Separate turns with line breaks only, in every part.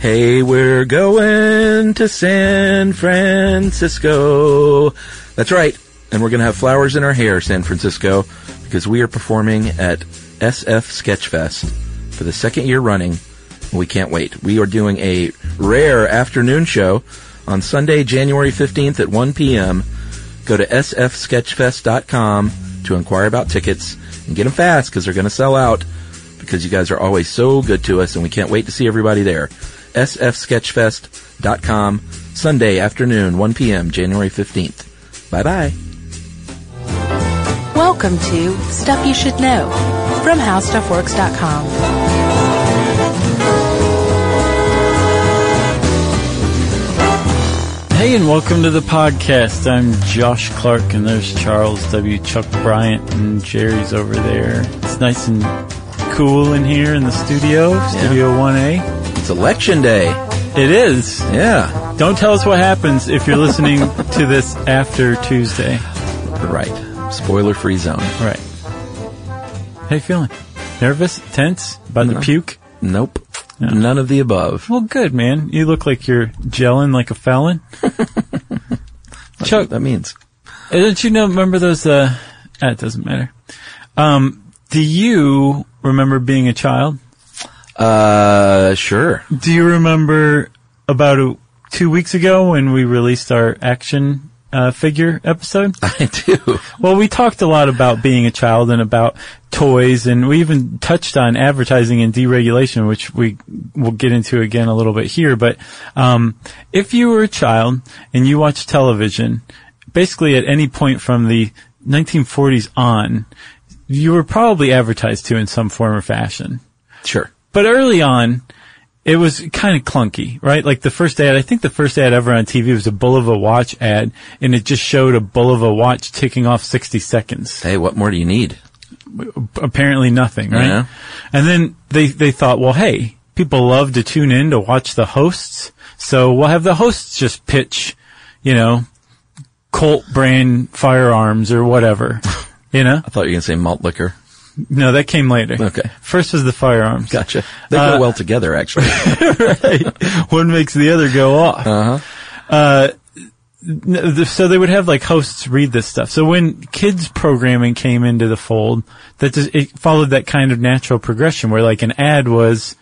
Hey, we're going to San Francisco. That's right. And we're going to have flowers in our hair, San Francisco, because we are performing at SF Sketchfest for the second year running. We can't wait. We are doing a rare afternoon show on Sunday, January 15th at 1 p.m. Go to sfsketchfest.com to inquire about tickets and get them fast because they're going to sell out because you guys are always so good to us and we can't wait to see everybody there. sfsketchfest.com Sunday afternoon, 1 p.m., January 15th. Bye bye.
Welcome to Stuff You Should Know from HowStuffWorks.com.
Hey, and welcome to the podcast. I'm Josh Clark, and there's Charles W. Chuck Bryant, and Jerry's over there. It's nice and cool in here in the studio, Studio 1A.
It's election day.
It is.
Yeah.
Don't tell us what happens if you're listening to this after Tuesday.
Right. Spoiler free zone.
Right. How you feeling? Nervous? Tense? About
No.
to puke?
Nope. None of the above.
Well, good, man. You look like you're gelling like a felon. Chuck,
That means.
Uh, Don't you know? Remember those? Uh, ah, it doesn't matter. Um, do you remember being a child?
Uh, sure.
Do you remember about a, two weeks ago when we released our action uh, figure episode?
I do.
Well, we talked a lot about being a child and about toys, and we even touched on advertising and deregulation, which we will get into again a little bit here. But um, if you were a child and you watched television, basically at any point from the 1940s on, you were probably advertised to in some form or fashion.
Sure.
But early on, it was kind of clunky, right? Like the first ad, I think the first ad ever on TV was a bull of a watch ad, and it just showed a bull of a watch ticking off 60 seconds.
Hey, what more do you need?
Apparently nothing, right?
Yeah.
And then they, they thought, well, hey, people love to tune in to watch the hosts, so we'll have the hosts just pitch, you know, Colt brand firearms or whatever. You know?
I thought you were going to say malt liquor.
No, that came later.
Okay.
First was the firearms.
Gotcha. They
Uh,
go well together, actually.
one makes the other go off. Uh-huh. so they would have like hosts read this stuff. So when kids programming came into the fold, that just, it followed that kind of natural progression where like an ad was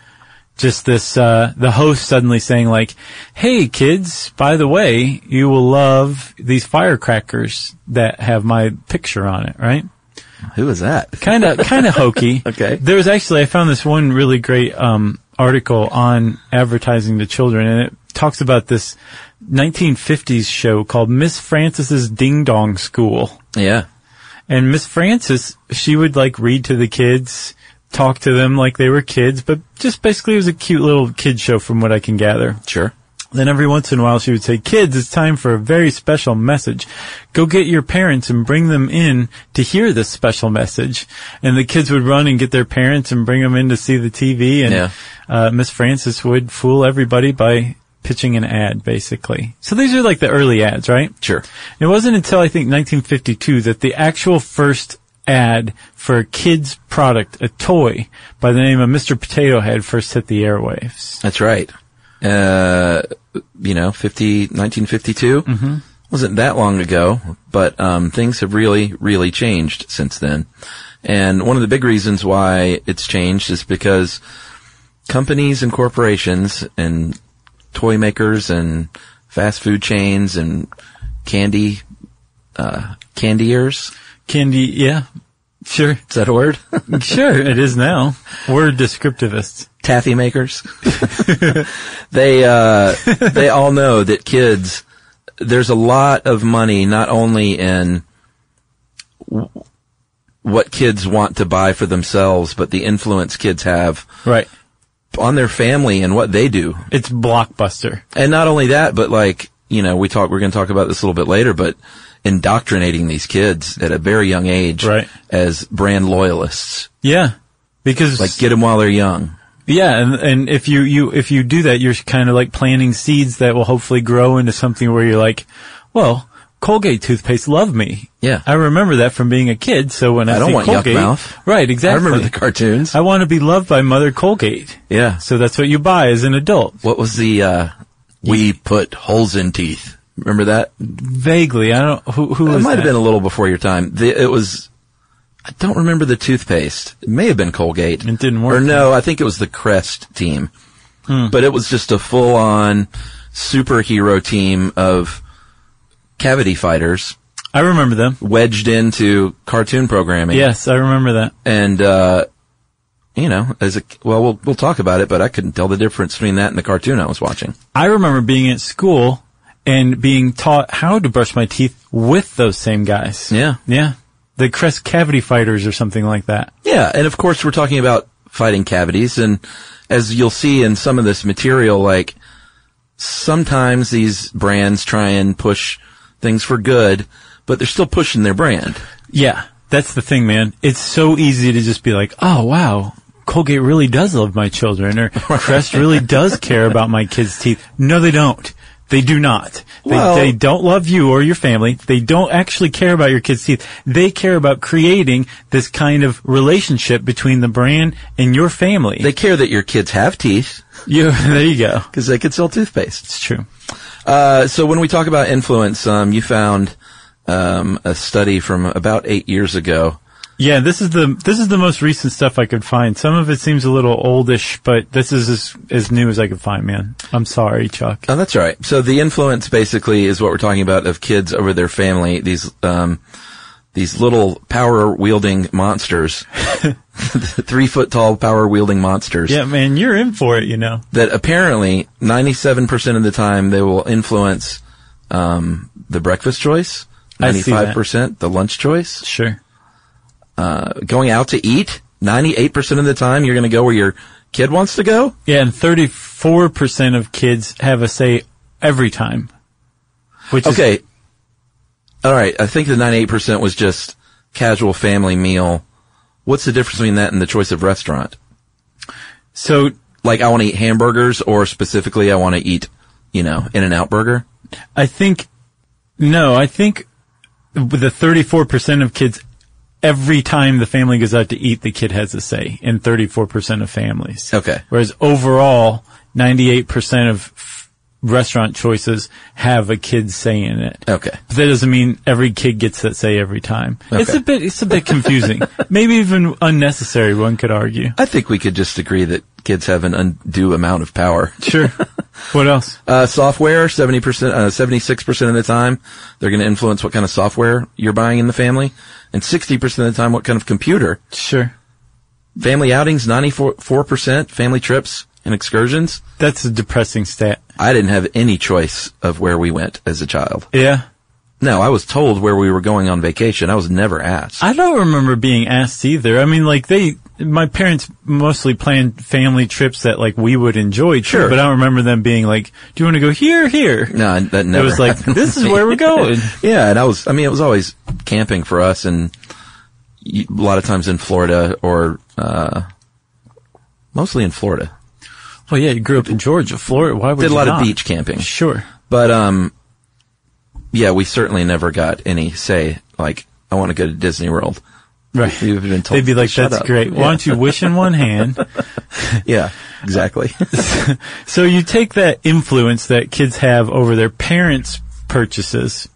just this, uh, the host suddenly saying like, Hey kids, by the way, you will love these firecrackers that have my picture on it, right?
Who is that?
kind of kind of hokey.
Okay.
There was actually I found this one really great um, article on advertising to children, and it talks about this 1950s show called Miss Francis's Ding Dong School.
Yeah.
And Miss Francis, she would like read to the kids, talk to them like they were kids, but just basically it was a cute little kid show from what I can gather.
Sure.
Then every once in a while she would say, kids, it's time for a very special message. Go get your parents and bring them in to hear this special message. And the kids would run and get their parents and bring them in to see the TV. And
Yeah.
uh, Miss Francis would fool everybody by pitching an ad, basically. So these are like the early ads, right?
Sure.
It wasn't until I think 1952 that the actual first ad for a kid's product, a toy by the name of Mr. Potato Head first hit the airwaves.
That's right. Uh, you know, 50, 1952. Mm-hmm. Wasn't that long ago, but, um, things have really, really changed since then. And one of the big reasons why it's changed is because companies and corporations and toy makers and fast food chains and candy, uh, candiers.
Candy, yeah. Sure.
Is that a word?
Sure, it is now. We're descriptivists.
taffy makers. they uh, they all know that kids. There's a lot of money not only in w- what kids want to buy for themselves, but the influence kids have
Right.
on their family and what they do.
It's blockbuster.
And not only that, but like you know, we talk. We're going to talk about this a little bit later, but indoctrinating these kids at a very young age
Right.
as brand loyalists,
Yeah. Because
like get them while they're young.
yeah, and, and if you, you if you do that, you're kind of like planting seeds that will hopefully grow into something where you're like, well, Colgate toothpaste love me.
Yeah.
I remember that from being a kid. So when I,
I don't
see
want yuck
Colgate,
mouth.
right, exactly.
I remember the cartoons.
I want to be loved by Mother Colgate.
yeah.
So that's what you buy as an adult.
What was the, uh, we put holes in teeth? Remember that?
Vaguely, I don't. Who, who
It
was
might have
that?
been a little before your time. The, it was, I don't remember the toothpaste. It may have been Colgate.
It didn't work.
Or no, I think it was the Crest team.
Hmm.
But it was just a full on superhero team of cavity fighters
I remember them.
wedged into cartoon programming.
Yes, I remember that.
And, uh, you know, as a, well, we'll, we'll talk about it, but I couldn't tell the difference between that and the cartoon I was watching.
I remember being at school and being taught how to brush my teeth with those same guys.
Yeah.
Yeah. The Crest Cavity Fighters or something like that.
Yeah, and of course we're talking about fighting cavities, and as you'll see in some of this material, like sometimes these brands try and push things for good, but they're still pushing their brand.
Yeah. That's the thing, man. It's so easy to just be like, oh wow, Colgate really does love my children or Crest really does care about my kids' teeth. No, they don't. They do not. They,
Well-
they don't love you or your family. They don't actually care about your kids' teeth. They care about creating this kind of relationship between the brand and your family.
They care that your kids have teeth
you, there you go.
because they could sell toothpaste.
It's true.
Uh, so when we talk about influence, um, you found um, a study from about eight years ago.
Yeah, this is the this is the most recent stuff I could find. Some of it seems a little oldish, but this is as, as new as I could find, man. I'm sorry, Chuck.
Oh, that's all right. So the influence basically is what we're talking about of kids over their family. These um, these little power wielding monsters, three foot tall power wielding monsters.
Yeah, man, you're in for it, you know.
That apparently ninety seven percent of the time they will influence um, the breakfast choice,
I
ninety
see that.
five percent the lunch choice,
Sure.
uh, going out to eat. Ninety eight percent of the time you're going to go where your kid wants to go.
Yeah, and 34% of kids have a say every time. Which is
Okay. All right. I think the 98% was just casual family meal. What's the difference between that and the choice of restaurant?
so
Like, I want to eat hamburgers or specifically I want to eat, you know, in and out burger.
I think no, I think with the 34% of kids every time the family goes out to eat the kid has a say in 34% of families.
Okay.
Whereas overall 98% of f- restaurant choices have a kid say in it.
Okay.
But that doesn't mean every kid gets that say every time. It's
Okay.
a bit it's a bit confusing. Maybe even unnecessary one could argue.
I think we could just agree that kids have an undue amount of power.
Sure. what else?
Uh, software, 70%, uh, 76% of the time, they're going to influence what kind of software you're buying in the family. And 60% of the time, what kind of computer.
Sure.
Family outings, 94%, family trips and excursions.
That's a depressing stat.
I didn't have any choice of where we went as a child.
Yeah.
No, I was told where we were going on vacation. I was never asked.
I don't remember being asked either. I mean, like they, my parents mostly planned family trips that like we would enjoy. too,
Sure.
but I don't remember them being like, "Do you want to go here, here?"
no, that never.
it was like,
happened
"This
with
is
me.
where we're going."
yeah, and I was. I mean, it was always camping for us, and y- a lot of times in Florida or uh, mostly in Florida.
well, "Oh, yeah, you grew up in Georgia, Florida. Why would
Did a
you
lot
not?
of beach camping,
Sure.
but um, yeah, we certainly never got any say. Like, I want to go to Disney World.
Right.
We've been told.
They'd be like,
"Shut
"That's
up."
great." Why
Yeah.
don't you wish in one hand?
yeah, exactly.
So you take that influence that kids have over their parents' purchases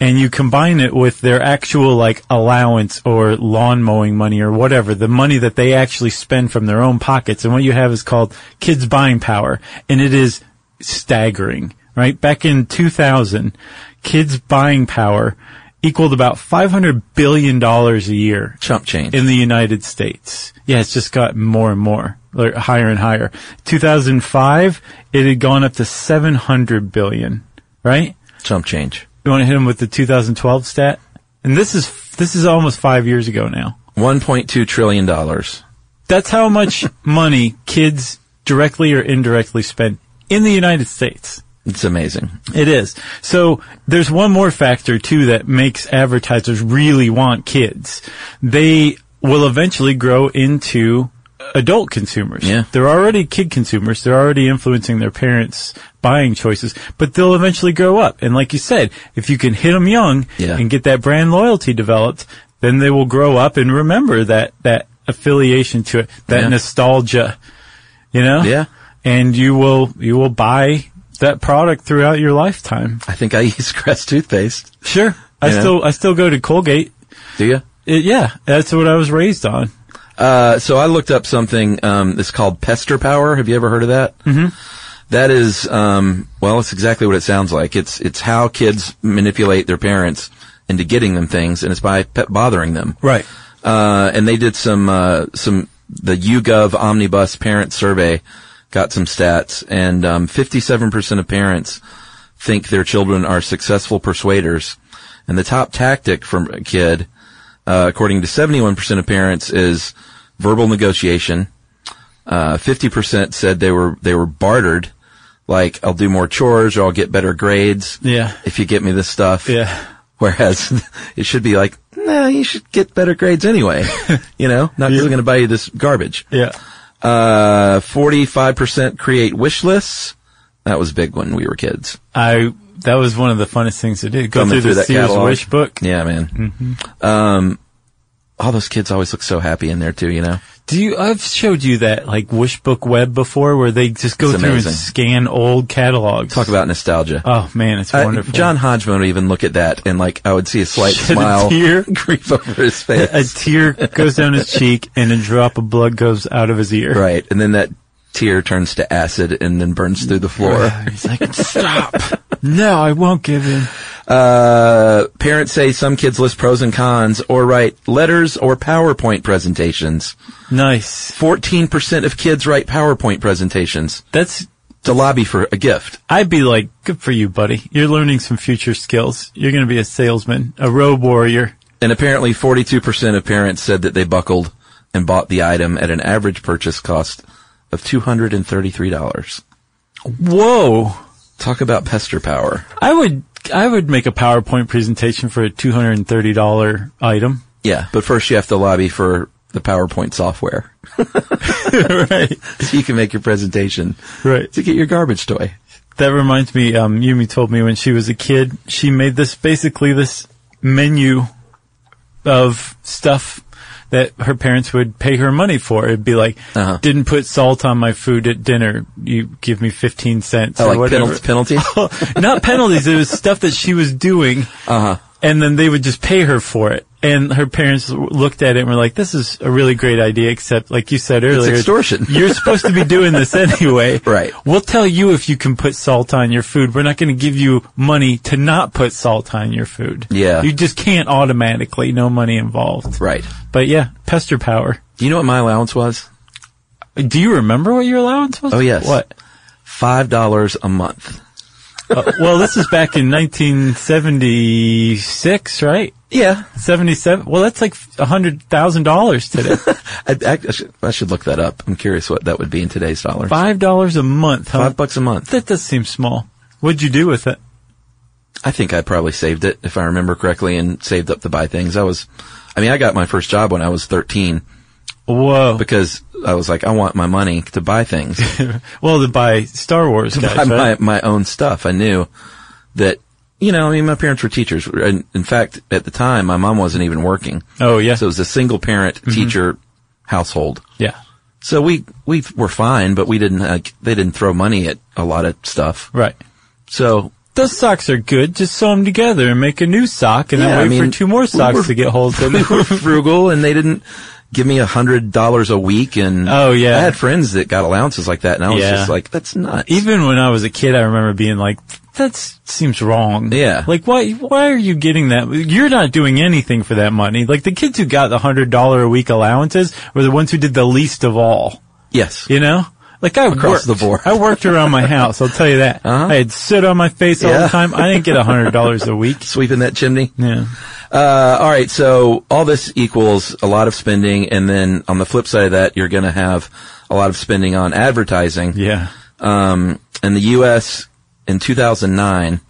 and you combine it with their actual like allowance or lawn mowing money or whatever, the money that they actually spend from their own pockets. And what you have is called kids buying power and it is staggering, right? Back in 2000, kids buying power equaled about $500 billion a year
Chump change.
in the United States. Yeah, it's just got more and more, like higher and higher. 2005, it had gone up to 700 billion, right?
Chump change.
You want to hit him with the 2012 stat? And this is, this is almost five years ago now.
1.2 trillion dollars.
That's how much money kids directly or indirectly spend in the United States.
It's amazing.
It is. So there's one more factor too that makes advertisers really want kids. They will eventually grow into adult consumers.
Yeah.
They're already kid consumers. They're already influencing their parents' buying choices, but they'll eventually grow up. And like you said, if you can hit them young
Yeah.
and get that brand loyalty developed, then they will grow up and remember that, that affiliation to it, that
Yeah.
nostalgia, you know?
Yeah.
And you will, you will buy that product throughout your lifetime.
I think I use Crest toothpaste.
Sure. I
Yeah.
still, I still go to Colgate.
Do you?
It, yeah. That's what I was raised on.
Uh, so I looked up something. Um, it's called Pester Power. Have you ever heard of that? Mm-hmm. is, um, well, it's exactly what it sounds like. It's it's how kids manipulate their parents into getting them things, and it's by pe- bothering them.
Right.
Uh, and they did some uh, some the YouGov Omnibus Parent Survey got some stats, and um, 57% of parents think their children are successful persuaders, and the top tactic from a kid, uh, according to 71% of parents, is verbal negotiation. Uh, 50% said they were they were bartered, like I'll do more chores or I'll get better grades
Yeah.
if you get me this stuff.
Yeah.
Whereas it should be like, no, you should get better grades anyway. you know, not really going to buy you this garbage.
Yeah.
Uh, 45% create wish lists. That was a big when we were kids.
I that was one of the funnest things to do. Go
Thumbing
through,
through
the
that
Sears
catalog.
wish book. Mm-hmm.
Yeah, man. Um, all those kids always look so happy in there too, you know?
Do you? I've showed you that like wish book web before, where they just go
It's
through
amazing.
and scan old catalogs.
Talk about nostalgia.
Oh man, it's
I-
wonderful.
John Hodgman would even look at that and like, I would see a slight
Shed
smile
a tear,
creep over his face.
a tear goes down his cheek, and a drop of blood goes out of his ear.
right. And then that tear turns to acid and then burns through the floor.
He's like, stop. no, I won't give in.
Uh, parents say some kids list pros and cons or write letters or PowerPoint presentations.
Nice.
14% of kids write PowerPoint presentations
That's.
to lobby for a gift.
I'd be like, good for you, buddy. You're learning some future skills. You're going to be a salesman, a road warrior.
And apparently 42% of parents said that they buckled and bought the item at an average purchase cost of $233.
Whoa.
Talk about pester power.
I would I would make a PowerPoint presentation for a two hundred and thirty dollar item.
Yeah, but first you have to lobby for the PowerPoint software
right.
so you can make your presentation
Right.
to get your garbage toy.
That reminds me, um, Yumi told me when she was a kid, she made this basically this menu of stuff that her parents would pay her money for. It'd be like,
Uh-huh.
didn't put salt on my food at dinner. You give me 15 cents
Oh,
or
like
whatever.
penal- penalties?
Not penalties. It was stuff that she was doing.
Uh-huh.
and then they would just pay her for it. And her parents w- looked at it and were like, "This is a really great idea." Except, like you said earlier,
extortion.
You're supposed to be doing this anyway,
Right.
We'll tell you if you can put salt on your food. We're not going to give you money to not put salt on your food.
Yeah.
you just can't automatically. No money involved.
Right.
But yeah, pester power.
Do you know what my allowance was?
Do you remember what your allowance was?
Oh, yes.
What?
five dollars a month.
Uh, well, this is back in 1976, right?
Yeah,
77. Well, that's like $100,000 today.
I, I, I should, I should look that up. I'm curious what that would be in today's dollars.
Five dollars a month, huh?
Five bucks a month.
That does seem small. What'd you do with it?
I think I probably saved it if I remember correctly and saved up to buy things. I was, I mean, I got my first job when I was 13
Whoa!
because I was like, I want my money to buy things,
well, to buy Star Wars guys,
buy
right?
my, my own stuff. I knew that, you know, I mean, my parents were teachers. In, in fact, at the time, my mom wasn't even working.
Oh yeah, Mm-hmm.
So it was a single parent teacher household.
yeah,
So we we were fine, but we didn't like they didn't throw money at a lot of stuff.
right.
So
Those socks are good. Just sew them together and make a new sock, and
Yeah,
then
I
wait
mean,
for two
we
more socks
were-
to get hold of.
we were frugal, and they didn't give me a hundred dollars a week. And
Oh, yeah.
I had friends that got allowances like that, and I was
Yeah.
just like, that's nuts.
Even when I was a kid, I remember being like, "That seems wrong."
Yeah.
Like, why? Why are you getting that? You're not doing anything for that money. Like the kids who got the hundred dollar a week allowances were the ones who did the least of all.
yes,
You know? Like I
Across
worked,
the board.
I worked around my house. I'll tell you that.
Uh-huh.
I had soot on my face all
Yeah.
the time. I didn't get a hundred dollars a week.
sweeping that chimney.
Yeah.
Uh, all right, so all this equals a lot of spending, and then on the flip side of that, you're going to have a lot of spending on advertising.
Yeah.
Um, in the U.S. in 2009,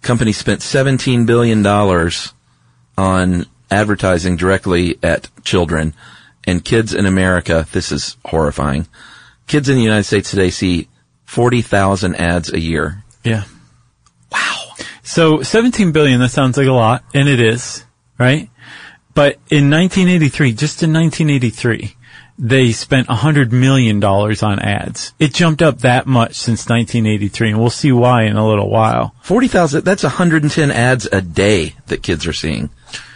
companies spent 17 billion dollars on advertising directly at children, and kids in America, this is horrifying. Kids in the United States today see 40,000 ads a year.
Yeah. Wow. So 17 billion, that sounds like a lot, and it is, right? But in 1983, just in 1983, they spent $100 million on ads. It jumped up that much since 1983, and we'll see why in a little while.
40,000, that's 110 ads a day that kids are seeing.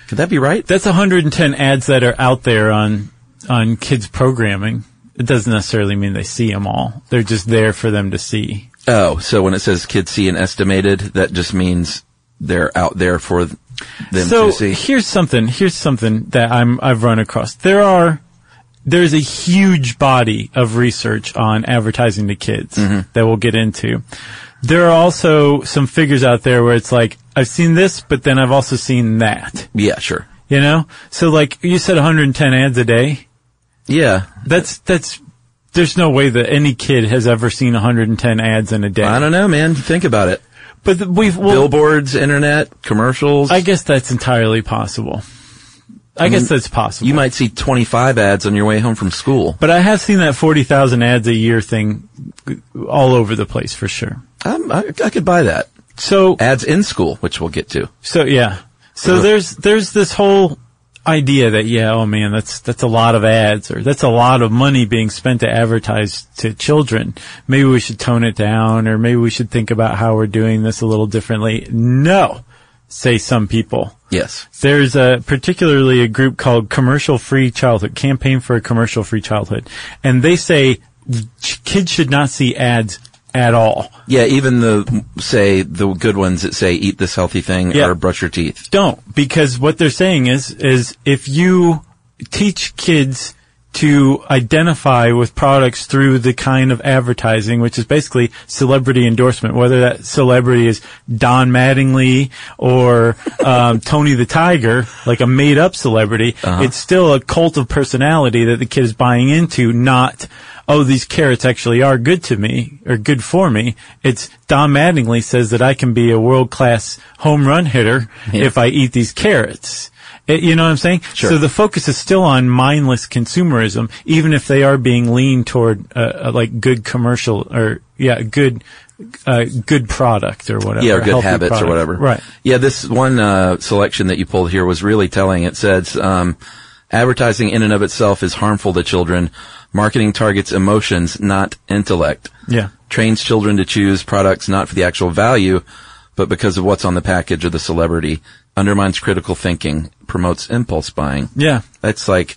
Could that be right?
That's 110 ads that are out there on, on kids programming. It doesn't necessarily mean they see them all. They're just there for them to see.
Oh, so when it says kids see and estimated, that just means they're out there for th- them
so
to see.
here's something. Here's something that I'm I've run across. There are there's a huge body of research on advertising to kids
Mm-hmm.
that we'll get into. There are also some figures out there where it's like I've seen this, but then I've also seen that.
Yeah, sure.
You know, so like you said, 110 ads a day.
Yeah.
That's that's. There's no way that any kid has ever seen 110 ads in a day.
I don't know, man. Think about it.
but th- we've well,
Billboards, internet, commercials.
I guess that's entirely possible. I, guess that's possible.
Mm-hmm. you might see 25 ads on your way home from school.
But I have seen that 40,000 ads a year thing all over the place for sure.
I'm, I, I could buy that.
So,
Ads in school, which we'll get to.
so yeah. So
Ugh.
there's, there's this whole idea that, yeah, oh man, that's, that's a lot of ads or that's a lot of money being spent to advertise to children. Maybe we should tone it down or maybe we should think about how we're doing this a little differently. No, say some people.
Yes.
There's a particularly a group called Commercial Free Childhood Campaign for a Commercial Free Childhood, and they say ch- kids should not see ads at all.
Yeah, even the, say, the good ones that say eat this healthy thing
Yeah.
or brush your teeth.
Don't because what they're saying is is if you teach kids to identify with products through the kind of advertising, which is basically celebrity endorsement, whether that celebrity is Don Mattingly or um, Tony the Tiger, like a made-up celebrity, it's still a cult of personality that the kid is buying into, not, oh, these carrots actually are good to me or good for me. It's Don Mattingly says that I can be a world-class home run hitter if I eat these carrots. It- you know what I'm saying?
Sure.
So the focus is still on mindless consumerism, even if they are being leaned toward uh, uh, like good commercial or yeah, good uh, good product or whatever.
Yeah, or good
healthy
habits or
product.
whatever.
Right.
Yeah, this one uh, selection that you pulled here was really telling. It says um, advertising in and of itself is harmful to children. Marketing targets emotions, not intellect.
Yeah.
Trains children to choose products not for the actual value, but because of what's on the package or the celebrity. Undermines critical thinking. Promotes impulse buying.
Yeah.
That's like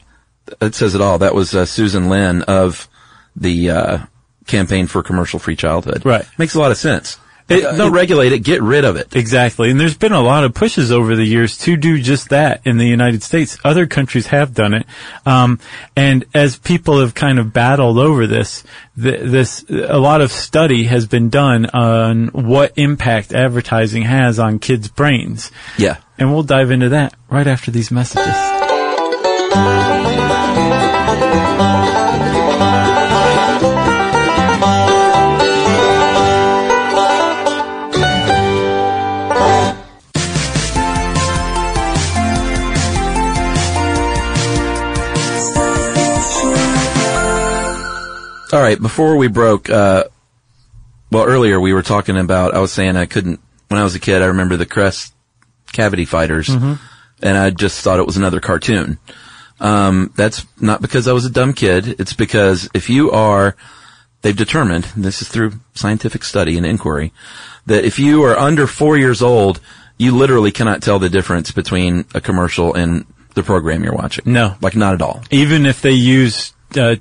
that says it all. That was uh, Susan Lynn of the uh, campaign for commercial free childhood.
Right.
makes a lot of sense.
It-
Uh, don't
it-
regulate it. Get rid of it.
Exactly. And there's been a lot of pushes over the years to do just that in the United States. Other countries have done it. Um, and as people have kind of battled over this, th- this, a lot of study has been done on what impact advertising has on kids' brains.
Yeah.
And we'll dive into that right after these messages.
All right. Before we broke, uh, well, earlier we were talking about. I was saying I couldn't when I was a kid. I remember the Crest Cavity Fighters, and I just thought it was another cartoon. Um, that's not because I was a dumb kid. It's because if you are, they've determined and this is through scientific study and inquiry that if you are under four years old, you literally cannot tell the difference between a commercial and the program you're watching.
No.
like not at all.
Even if they use, uh,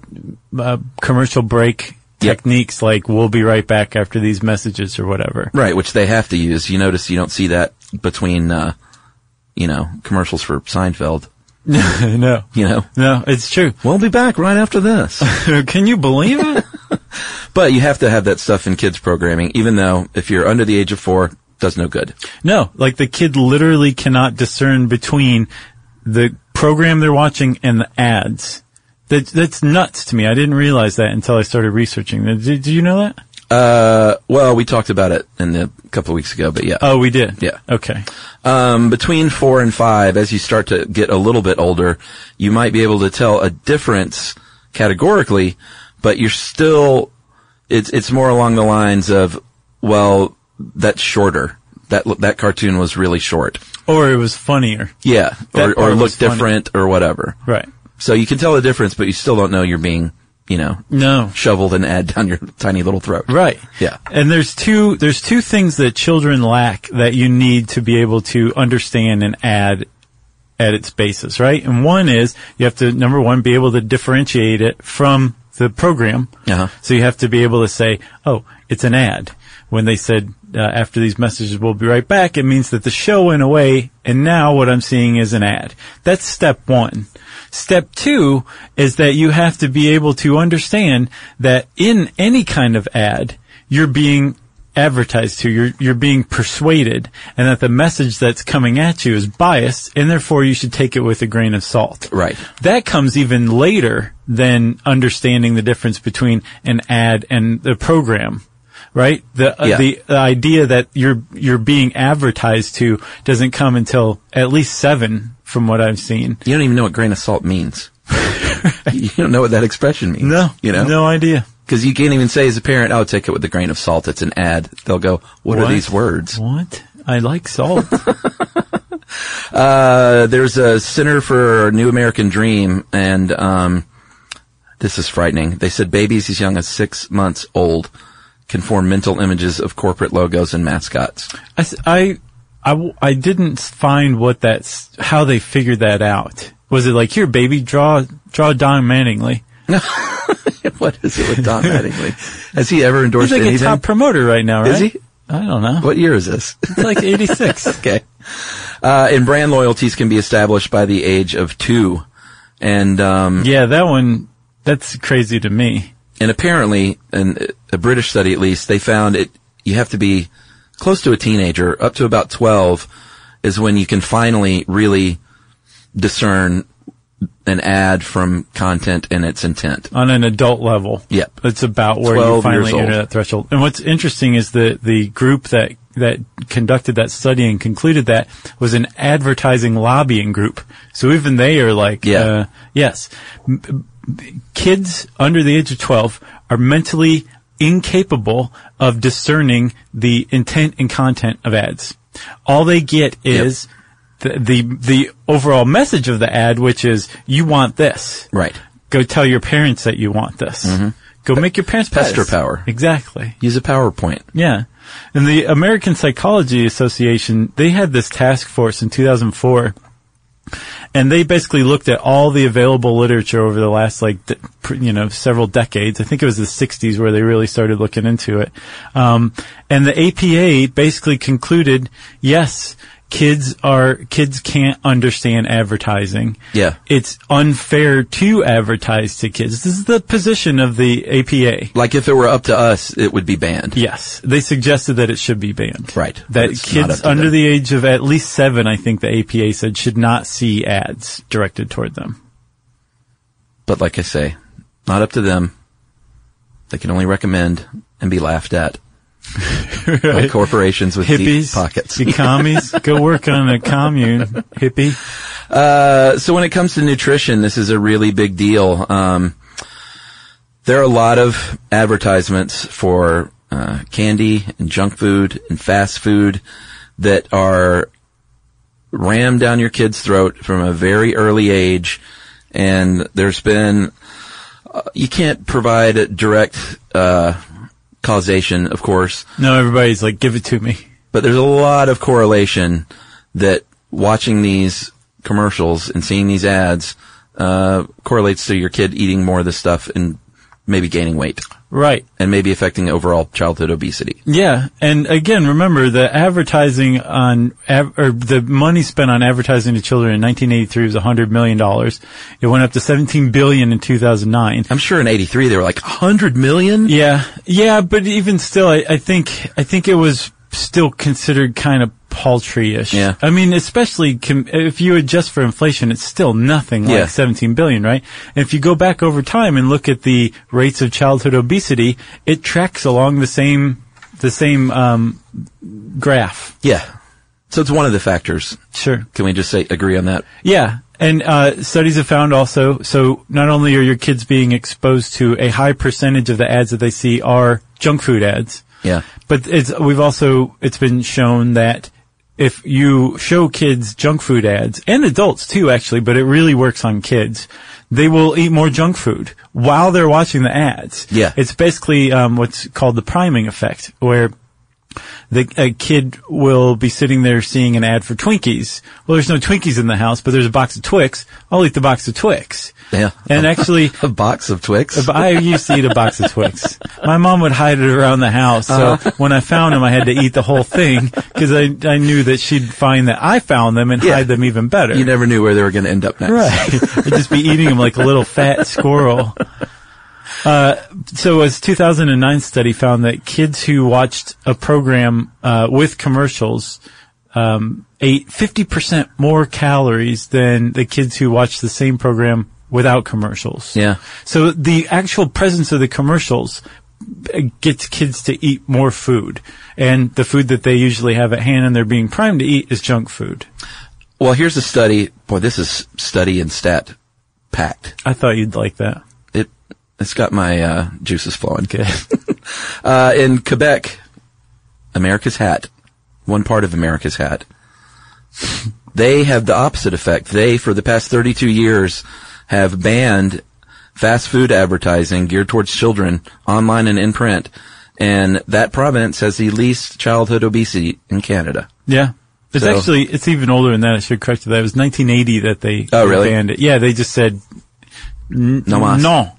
uh, commercial break
Yep.
techniques like we'll be right back after these messages or whatever.
Right, which they have to use. You notice you don't see that between, uh, you know, commercials for Seinfeld.
no.
You know,
No, it's true.
we'll be back right after this.
Can you believe it?
but you have to have that stuff in kids programming, even though if you're under the age of four, does no good.
no, like the kid literally cannot discern between the program they're watching and the ads. That, that's nuts to me. I didn't realize that until I started researching. Did, did you know that?
Uh, well, we talked about it in the, a couple of weeks ago, but yeah.
Oh, we did.
Yeah.
Okay.
Um, between four and five, as you start to get a little bit older, you might be able to tell a difference categorically, but you're still, it's, it's more along the lines of, well, that's shorter. That, lo- that cartoon was really short.
Or it was funnier.
Yeah. Or,
That
or
part
looked
was funny.
different or whatever.
Right.
So you can tell the difference, but you still don't know you're being, you know,
No.
shoveled an ad down your tiny little throat.
Right.
Yeah.
And there's two there's two things that children lack that you need to be able to understand and add at its basis, right? And one is you have to number one be able to differentiate it from the program.
Uh-huh.
So you have to be able to say, "Oh, it's an ad." When they said uh, after these messages we'll be right back, it means that the show went away and now what I'm seeing is an ad. That's step 1. Step 2 is that you have to be able to understand that in any kind of ad, you're being advertised to. You're you're being persuaded, and that the message that's coming at you is biased, and therefore you should take it with a grain of salt.
Right.
That comes even later than understanding the difference between an ad and the program. Right? The, uh,
Yeah.
the the idea that you're you're being advertised to doesn't come until at least seven, from what I've seen.
You don't even know what grain of salt means. you don't know what that expression means. You know?
no idea.
Because you can't even say as a parent, "Oh, take it with a grain of salt. It's an ad." They'll go, "What, are these words?"
What? I like salt.
Uh, there's a Center for New American Dream, and um, this is frightening. They said babies as young as six months old can form mental images of corporate logos and mascots.
I, s- I- I w- I didn't find what that's how they figured that out. Was it like here, baby, draw draw Don Mattingly?
what is it with Don Mattingly? Has he ever endorsed
He's like
anything?
a top promoter right now, right?
Is he?
I don't know.
what year is this?
It's like eighty six.
okay. Uh, and brand loyalties can be established by the age of two, and um,
yeah, that one. That's crazy to me.
and apparently, in a British study at least, they found it. You have to be close to a teenager, up to about twelve, is when you can finally really discern an ad from content and its intent.
on an adult level.
Yep.
It's about where
12
you
years
finally enter
old.
that threshold. And what's interesting is the, the group that, that conducted that study and concluded that was an advertising lobbying group. So even they are like,
Yeah.
uh, yes, M- m- kids under the age of 12 are mentally incapable of discerning the intent and content of ads. All they get is the, the, the overall message of the ad, which is you want this
Right. Mm-hmm.
go tell your parents that you want this. Go make your parents
Pester
pissed.
power.
Exactly.
Use a PowerPoint.
Yeah. And the American Psychology Association, they had this task force in 2004 and they basically looked at all the available literature over the last like d- pr- you know several decades. I think it was the 60s where they really started looking into it. Um, and the APA basically concluded, yes, kids are kids can't understand advertising.
Yeah.
it's unfair to advertise to kids. This is the position of the APA.
Like if it were up to us, it would be banned.
Yes, they suggested that it should be banned.
Right. But
That
it's not up
kids
to
under
them.
the age of at least seven, I think the APA said, should not see ads directed toward them.
But like I say, not up to them. They can only recommend and be laughed at by corporations with deep
Hippies,
pockets.
you commies, go work on a commune, hippie.
Uh, so when it comes to nutrition, this is a really big deal. Um, there are a lot of advertisements for uh, candy and junk food and fast food that are rammed down your kid's throat from a very early age, and there's been uh, you can't provide a direct uh, causation, of course,
No, everybody's like, give it to me.
but there's a lot of correlation that watching these commercials and seeing these ads uh, correlates to your kid eating more of this stuff and maybe gaining weight
Right.
and maybe affecting overall childhood obesity.
Yeah, and again, remember the advertising on av- or the money spent on advertising to children in 1983 was 100 million dollars. It went up to 17 billion in 2009.
I'm sure in '83 they were like 100 million.
Yeah, yeah, but even still, I, I think I think it was still considered kind of paltry-ish.
Yeah.
I mean, especially com- if you adjust for inflation, it's still nothing
Yeah.
like 17 billion, right? And if you go back over time and look at the rates of childhood obesity, it tracks along the same the same um, graph.
Yeah. So it's one of the factors.
Sure.
Can we just say agree on that?
Yeah. And uh, studies have found also, so not only are your kids being exposed to a high percentage of the ads that they see are junk food ads,
Yeah.
but it's we've also it's been shown that if you show kids junk food ads and adults too, actually, but it really works on kids, they will eat more junk food while they're watching the ads.
Yeah.
it's basically um, what's called the priming effect, where the a kid will be sitting there seeing an ad for Twinkies. Well, there's no Twinkies in the house, but there's a box of Twix. I'll eat the box of Twix.
Yeah.
And actually,
A box of Twix.
but I used to eat a box of Twix. My mom would hide it around the house, so
Uh-huh.
when I found them, I had to eat the whole thing because I I knew that she'd find that I found them and
Yeah.
hide them even better.
you never knew where they were going to end up next.
Right. I'd just be eating them like a little fat squirrel. Uh, so a 2009 study found that kids who watched a program uh, with commercials um, ate 50% more calories than the kids who watched the same program without commercials.
Yeah.
So the actual presence of the commercials uh, gets kids to eat more food. And the food that they usually have at hand and they're being primed to eat is junk food.
Well, here's a study. Boy, this is study and stat packed.
I thought you'd like that.
It, it's got my, uh, juices flowing.
Good.
Uh, in Quebec, America's hat, one part of America's hat, they have the opposite effect. They, for the past 32 years, have banned fast food advertising geared towards children online and in print. And that province has the least childhood obesity in Canada.
Yeah. It's
So-
actually, it's even older than that. I should correct you. That it was 1980 that they
Oh, really?
banned it. Yeah, they just said, n-
No mas.
No.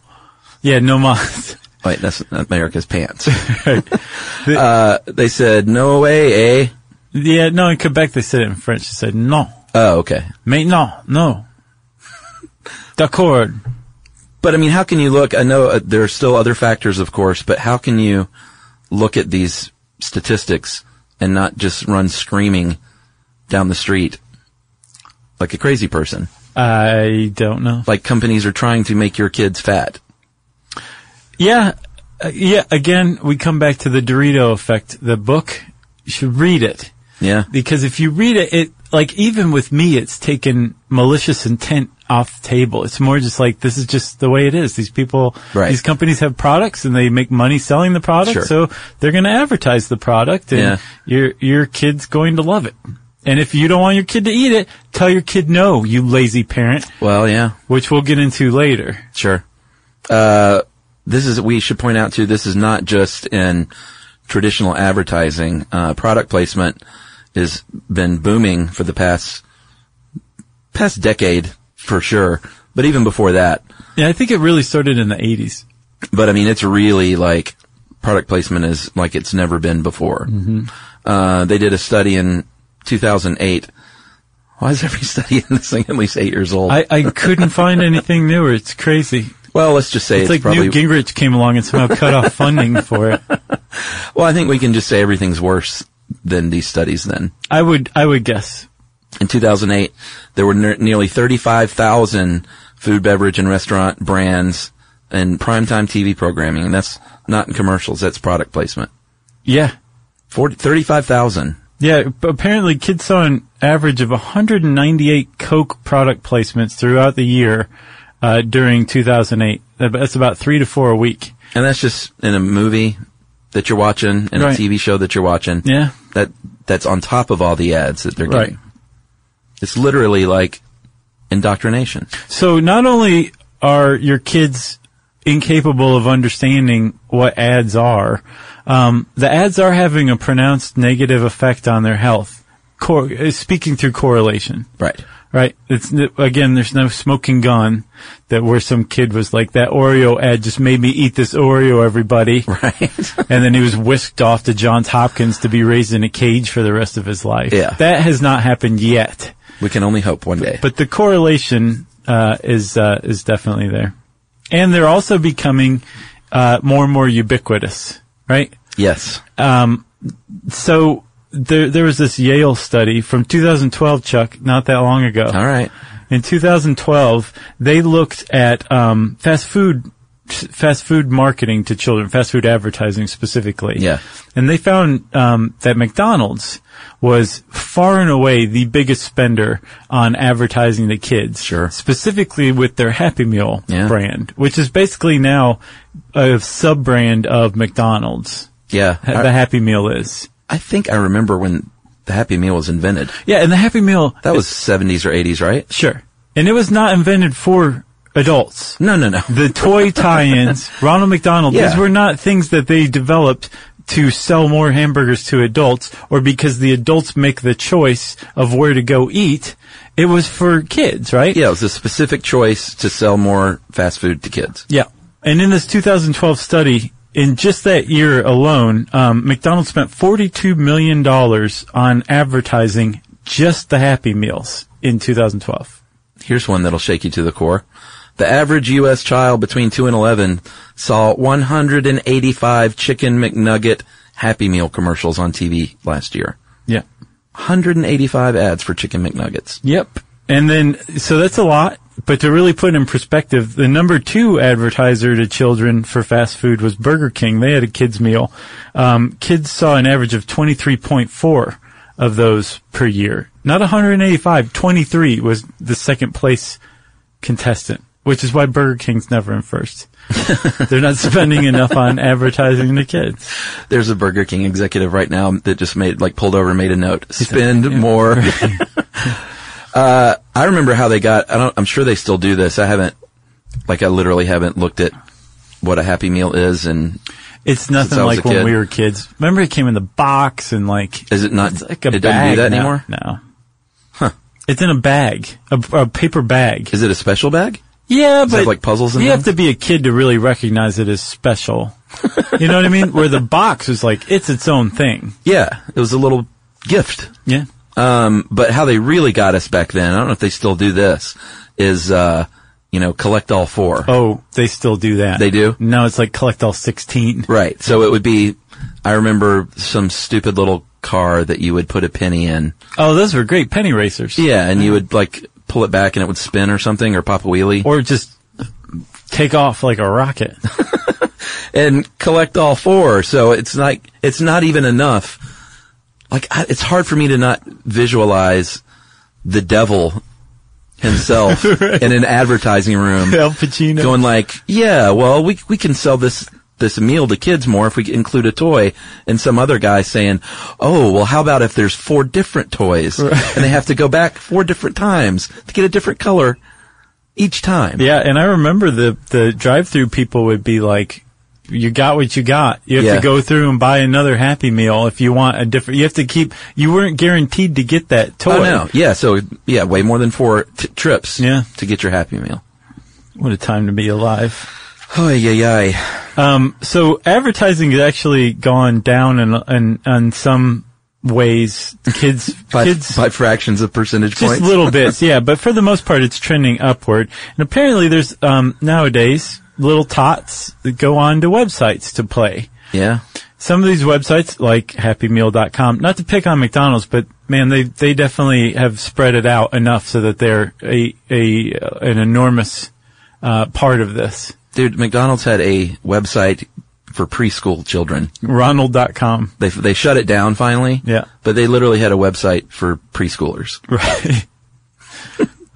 Yeah, no mas.
Wait, that's not America's pants. uh, they said, no way, eh?
yeah, no, in Quebec they said it in French. They said, no.
Oh, okay.
Mais non, no. D'accord.
But I mean, how can you look? I know uh, there are still other factors, of course, but how can you look at these statistics and not just run screaming down the street like a crazy person?
I don't know.
Like companies are trying to make your kids fat.
Yeah. Uh, yeah, again, we come back to the Dorito effect. The book, you should read it.
Yeah.
because if you read it, it like even with me, it's taken malicious intent off the table. It's more just like this is just the way it is. These people,
Right.
these companies have products and they make money selling the product,
Sure.
so they're going to advertise the product, and
Yeah.
your your kid's going to love it. And if you don't want your kid to eat it, tell your kid no, you lazy parent,
Well, yeah.
which we'll get into later.
Sure. Uh, this is, we should point out too, this is not just in traditional advertising. Uh, product placement has been booming for the past, past decade for sure, but even before that.
Yeah, I think it really started in the '80s.
But I mean, it's really like product placement is like it's never been before.
Mm-hmm.
Uh, they did a study in 2008. Why is every study in this thing at least eight years old?
I, I couldn't find anything newer. It's crazy.
well, let's just say
It's,
it's,
like
probably
Newt Gingrich came along and somehow cut off funding for it.
Well, I think we can just say everything's worse than these studies then.
I would I would guess.
In 2008, there were ne- nearly 35,000 food, beverage, and restaurant brands and primetime TV programming. And that's not in commercials. That's product placement.
Yeah.
40, 35,000.
Yeah, but apparently kids saw an average of 198 Coke product placements throughout the year uh, during 2008. That- That's about three to four a week.
And that's just in a movie that you're watching and
Right.
a TV show that you're watching.
Yeah.
That, that's on top of all the ads that they're
Right.
getting. It's literally like indoctrination.
So not only are your kids incapable of understanding what ads are, um, the ads are having a pronounced negative effect on their health. Cor- uh, speaking through correlation.
Right.
Right. It's again. There's no smoking gun that where some kid was like that Oreo ad just made me eat this Oreo, everybody,
Right.
and then he was whisked off to Johns Hopkins to be raised in a cage for the rest of his life.
Yeah.
that has not happened yet,
we can only hope one day.
but the correlation uh, is uh, is definitely there, and they're also becoming uh, more and more ubiquitous. Right.
yes.
So there there was this Yale study from 2012, Chuck, not that long ago.
All right.
In 2012, they looked at um, fast food fast food marketing to children, fast food advertising specifically.
Yeah.
And they found um, that McDonald's was far and away the biggest spender on advertising to kids.
Sure.
Specifically with their Happy Meal
Yeah.
brand, which is basically now a sub brand of McDonald's.
Yeah.
The
I,
Happy Meal is.
I think I remember when the Happy Meal was invented.
Yeah, and the Happy Meal
That was 70s or 80s, right?
Sure. And it was not invented for adults.
No, no, no.
The toy tie-ins, Ronald McDonald,
Yeah.
these were not things that they developed to sell more hamburgers to adults or because the adults make the choice of where to go eat. It was for kids, right?
Yeah, it was a specific choice to sell more fast food to kids.
Yeah. And in this 2012 study, in just that year alone, um, McDonald's spent $42 million on advertising just the Happy Meals in 2012.
Here's one that'll shake you to the core. The average U.S. child between 2 and 11 saw 185 Chicken McNugget Happy Meal commercials on TV last year.
Yeah.
185 ads for Chicken McNuggets.
Yep. And then, so that's a lot. But to really put it in perspective, the number two advertiser to children for fast food was Burger King. They had a kids meal. Um, kids saw an average of 23.4 of those per year. Not 185, 23 was the second place contestant, which is why Burger King's never in first. They're not spending enough on advertising to kids.
There's a Burger King executive right now that just made, like, pulled over and made a note. Spend more. uh, I remember how they got, I don't, I'm sure they still do this. I haven't, like, I literally haven't looked at what a Happy Meal is and
It's
Since
nothing
I was
like
a
when
kid.
we were kids. Remember it came in the box and like
Is it not?
It's like a
it doesn't do
bag
that
now.
anymore.
No. It's in a bag, a, a paper bag.
Is it a special bag?
Yeah,
it
but
have, like, puzzles in
you
them?
have to be a kid to really recognize it as special. you know what I mean? Where the box is like it's its own thing.
Yeah, it was a little gift.
Yeah.
Um, but how they really got us back then, I don't know if they still do this, is uh, you know, collect all four.
Oh, they still do that.
They do?
Now it's like collect all sixteen.
Right. So it would be. I remember some stupid little car that you would put a penny in.
Oh, those were great penny racers.
Yeah, and you would like pull it back and it would spin or something or pop a wheelie
Or just take off like a rocket.
and collect all four. So it's like it's not even enough. Like I, it's hard for me to not visualize the devil himself in an advertising room
El Pacino.
going like, yeah, well, we we can sell this this meal to kids more if we include a toy, and some other guy saying, oh, well, how about if there's four different toys and they have to go back four different times to get a different color each time.
Yeah, and I remember the the drive-through people would be like, "You got what you got. You have
Yeah.
to go through and buy another Happy Meal if you want a different. You have to keep. You weren't guaranteed to get that toy.
Oh no! Yeah, so yeah, way more than four t- trips.
Yeah.
to get your Happy Meal.
What a time to be alive.
Oh yeah, yeah.
Um, so advertising has actually gone down in in, in some ways. Kids,
By,
kids.
by fractions of percentage
just
points.
little bits, yeah. But for the most part, it's trending upward. And apparently, there's um, nowadays little tots that go on to websites to play.
yeah,
some of these websites like happymeal.com not to pick on mcdonald's but man they they definitely have spread it out enough so that they're a a uh, an enormous uh, part of this
dude. McDonald's had a website for preschool children.
ronald.com
They they shut it down finally.
Yeah.
but they literally had a website for preschoolers.
right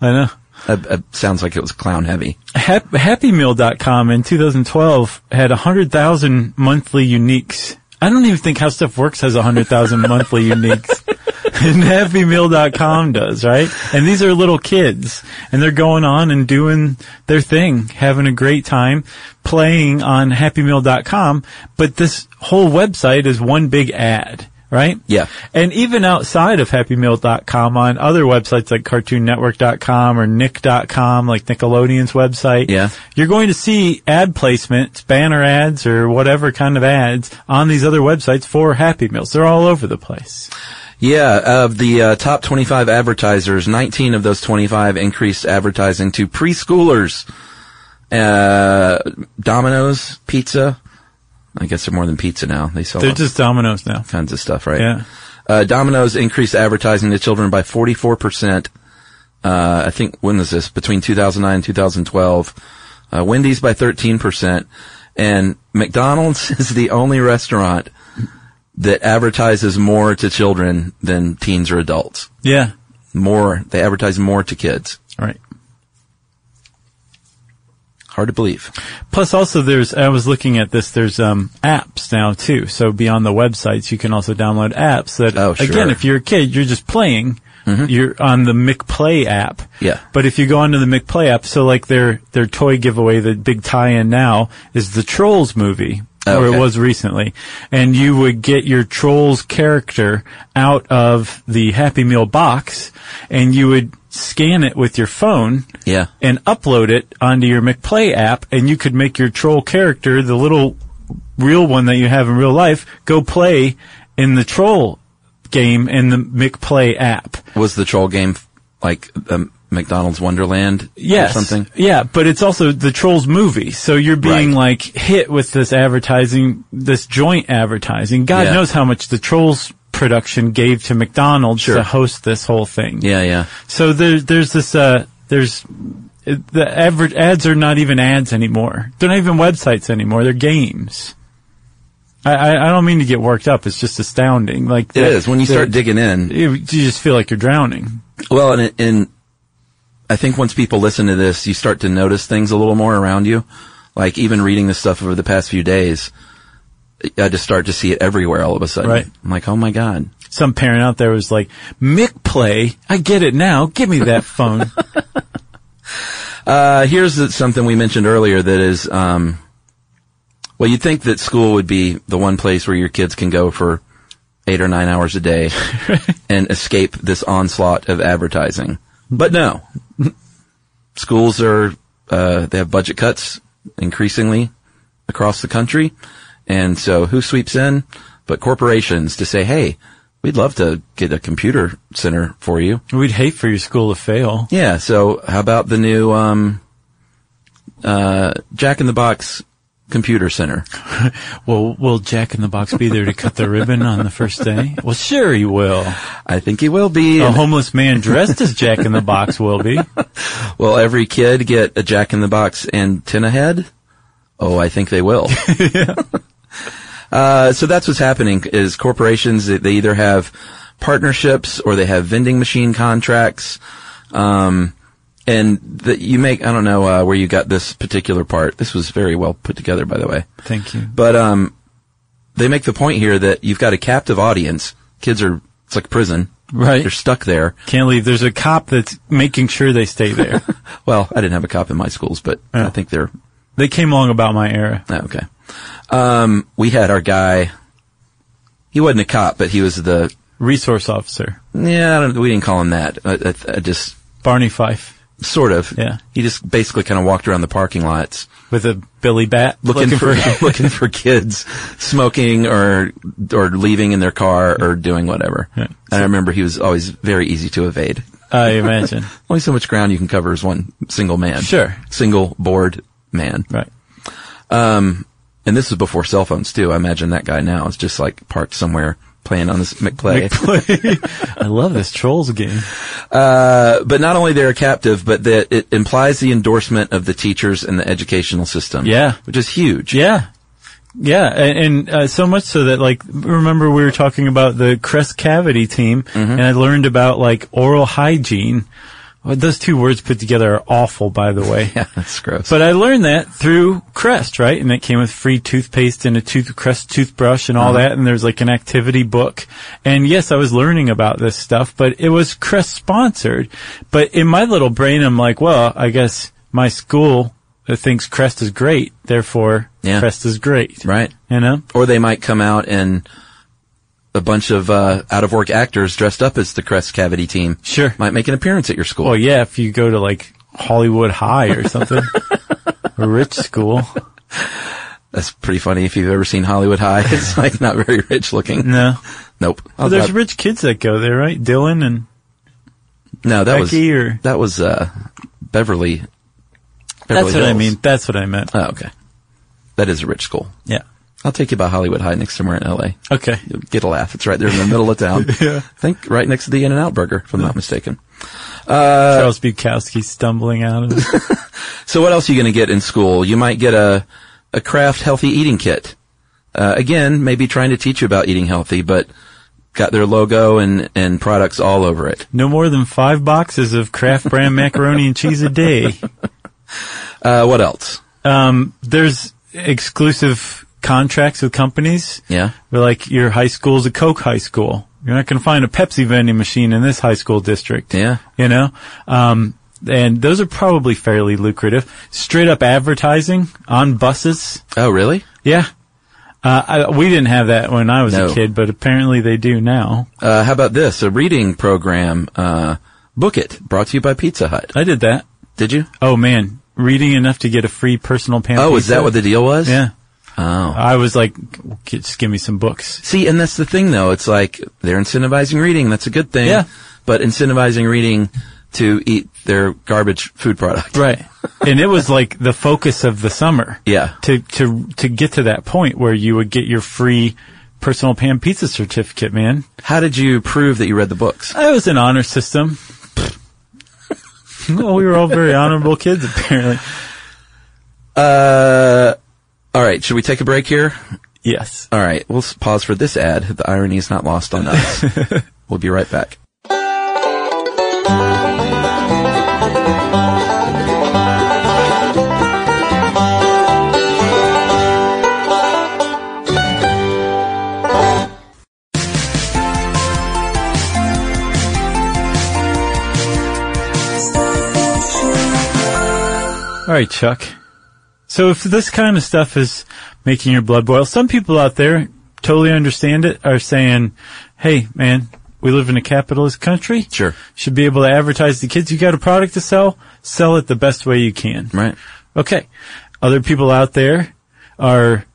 i know
Uh, uh, sounds like it was clown heavy.
Hap- happymeal.com in 2012 had 100,000 monthly uniques i don't even think how stuff works has 100,000 monthly uniques and happymeal.com does right and these are little kids and they're going on and doing their thing having a great time playing on happymeal.com but this whole website is one big ad right
Yeah.
and even outside of happymeal.com on other websites like cartoonnetwork.com or nick.com, like Nickelodeon's website,
Yeah.
you're going to see ad placements, banner ads or whatever kind of ads on these other websites for Happy Meals. They're all over the place.
Yeah, of the uh, top 25 advertisers, 19 of those 25 increased advertising to preschoolers. Uh, Domino's Pizza. I guess they're more than pizza now. They sell
They're
all
just dominoes now.
kinds of stuff, right?
Yeah.
Uh, Domino's increased advertising to children by 44%. Uh, I think, when was this? Between 2009 and 2012. Uh, Wendy's by 13%. And McDonald's is the only restaurant that advertises more to children than teens or adults.
Yeah.
More, they advertise more to kids.
Right.
Hard to believe.
Plus, also there's I was looking at this. There's um, apps now too. So beyond the websites, you can also download apps that
Oh, sure. Mm-hmm.
again, if you're a kid, you're just playing. You're on the McPlay app.
Yeah.
But if you go onto the McPlay app, so like their their toy giveaway, the big tie-in now is the Trolls movie.
Oh,
Or it
okay.
was recently, and you would get your Trolls character out of the Happy Meal box, and you would scan it with your phone,
Yeah.
and upload it onto your McPlay app, and you could make your troll character, the little real one that you have in real life, go play in the troll game in the McPlay app.
Was the troll game like um, McDonald's Wonderland
Yes.
or something?
Yeah, but it's also the Trolls movie. So you're being
Right.
like hit with this advertising, this joint advertising. God
Yeah.
knows how much the Trolls production gave to McDonald's
Sure.
to host this whole thing.
Yeah, yeah.
So there, there's this, uh, there's, it- the adver- ads are not even ads anymore. They're not even websites anymore. They're games. I, I, I don't mean to get worked up. It's just astounding. Like
It is. When you start digging in,
you, you just feel like you're drowning.
Well, and, and I think once people listen to this, you start to notice things a little more around you. Like even reading this stuff over the past few days, I just start to see it everywhere all of a sudden.
Right.
I'm like, oh my God.
Some parent out there was like, Mick play. I get it now. Give me that phone.
Uh, here's something we mentioned earlier that is, um, well, you'd think that school would be the one place where your kids can go for eight or nine hours a day and escape this onslaught of advertising. But no. Schools are, uh, they have budget cuts increasingly across the country. And so who sweeps in? But corporations to say, hey, we'd love to get a computer center for you.
We'd hate for your school to fail.
Yeah. So how about the new um, uh, Jack in the Box computer center?
Well, will Jack in the Box be there to cut the ribbon on the first day? Well, sure he will.
I think he will be.
A homeless man dressed as Jack in the Box will be.
Will every kid get a Jack in the Box antenna head? Oh, I think they will. uh, so that's what's happening is corporations, they- they either have partnerships or they have vending machine contracts. Um, and the, you make, I don't know, uh, where you got this particular part. This was very well put together, by the way.
Thank you.
But um, they make the point here that you've got a captive audience. Kids are it's like prison.
Right.
They're stuck there.
Can't leave. There's a cop that's making sure they stay there.
Well, I didn't have a cop in my schools, but I
Yeah.
think they're
they came along about my era.
oh, okay. Um, we had our guy. He wasn't a cop, but he was the
Resource officer.
yeah. I don't, we didn't call him that. I, I, I just
Barney Fife
sort of.
Yeah.
He just basically kind of walked around the parking lots
with a billy bat
looking, for, looking for kids smoking or or leaving in their car or doing whatever.
Yeah.
And I remember he was always very easy to evade.
I imagine.
Only so much ground you can cover as one single man.
Sure.
Single board man.
Right.
And this is before cell phones too. I imagine that guy now is just like parked somewhere playing on this McPlay.
I love this trolls game.
Uh, but not only they're captive, but that it implies the endorsement of the teachers and the educational system.
Yeah.
Which is huge.
Yeah. Yeah, and, and uh, so much so that like remember we were talking about the Crest Cavity team,
Mm-hmm.
and I learned about like oral hygiene. Well, those two words put together are awful, by the way.
Yeah, that's gross.
But I learned that through Crest, right? And it came with free toothpaste and a tooth Crest toothbrush and all
Uh-huh.
that. And there's like an activity book. And yes, I was learning about this stuff, but it was Crest sponsored. But in my little brain, I'm like, well, I guess my school thinks Crest is great. Therefore,
Yeah.
Crest is great.
right.
You know?
Or they might come out and a bunch of uh, out of work actors dressed up as the Crest Cavity team
Sure.
might make an appearance at your school.
Well, yeah, if you go to like Hollywood High or something, a rich school.
That's pretty funny if you've ever seen Hollywood High. It's like not very rich looking.
No.
Nope.
Well, there's rich kids that go there, right? Dylan and
no, that was
Becky or-
that was uh, Beverly. Beverly
that's what I
Hills. Uh,
mean. That's what I meant.
Oh, okay. That is a rich school.
Yeah.
I'll take you by Hollywood Heights somewhere in L.A.
Okay.
You'll get a laugh. It's right there in the middle of town.
Yeah.
I think right next to the In-N-Out Burger, if I'm not mistaken. Uh,
Charles Bukowski stumbling out of it.
So what else are you going to get in school? You might get a a craft healthy eating kit. Uh, again, maybe trying to teach you about eating healthy, but got their logo and and products all over it.
No more than five boxes of Kraft brand macaroni and cheese a day.
Uh, what else?
Um, there's exclusive contracts with companies.
Yeah.
Where, like your high school's a Coke high school. You're not going to find a Pepsi vending machine in this high school district.
Yeah.
You know? Um, and those are probably fairly lucrative. Straight up advertising on buses.
Oh, really?
Yeah. Uh, I, we didn't have that when I was
No.
a kid, but apparently they do now.
Uh, how about this? A reading program. Uh, Book It, brought to you by Pizza Hut.
I did that.
Did you?
Oh man, reading enough to get a free personal pan.
Oh, is
pizza?
that what the deal was?
Yeah.
Oh.
I was like, "G- just give me some books.
See, and that's the thing though. It's like they're incentivizing reading. That's a good thing.
Yeah.
But incentivizing reading to eat their garbage food product.
Right. and it was like the focus of the summer.
Yeah.
To, to, to get to that point where you would get your free personal pan pizza certificate, man.
How did you prove that you read the books?
I was an honor system. well, we were all very honorable kids apparently.
Uh, all right. Should we take a break here?
Yes.
All right. We'll s- pause for this ad. The irony is not lost on us. we'll be right back.
All right, Chuck. So if this kind of stuff is making your blood boil, some people out there totally understand it are saying, "Hey, man, we live in a capitalist country.
Sure.
should be able to advertise to kids. You got a product to sell, sell it the best way you can."
Right.
Okay. Other people out there are